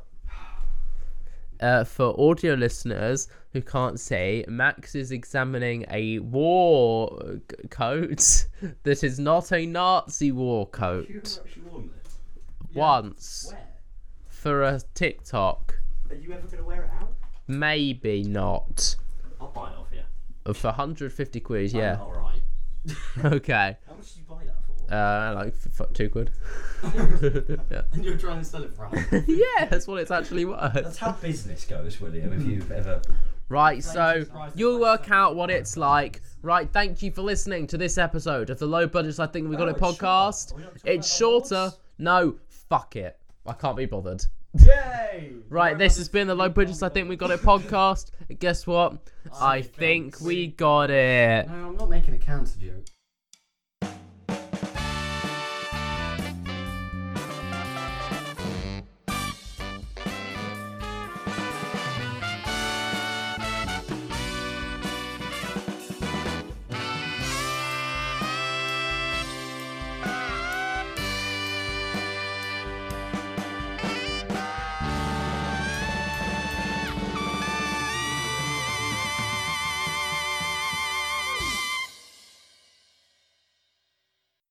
B: Uh, for audio listeners who can't see, Max is examining a war c- coat [laughs] that is not a Nazi war
C: [laughs]
B: coat.
C: You've actually worn this.
B: Once for a TikTok,
C: Are you ever gonna wear it out?
B: maybe not.
C: I'll buy it off you.
B: For 150 quid, yeah.
C: Alright.
B: [laughs] Okay.
C: How much did you buy that for?
B: Uh, like f- f- two quid. yeah.
A: And you're trying to sell it for us.
B: [laughs] yeah, that's what it's actually worth.
C: That's how business goes, William. If you've ever
B: [laughs] Right, so you'll work out what it's like. Right, thank you for listening to this episode of the Low Budget I Think We Got
C: Oh,
B: It
C: it's shorter.
B: podcast.
C: Are we not talking
B: It's
C: about awards?
B: shorter. No, fuck it. I can't be bothered.
A: Yay!
B: Right, this has been the Low Budget I Think We Got
C: [laughs]
B: It podcast. And guess what? I think we got it.
A: No, I'm not making a cancer joke.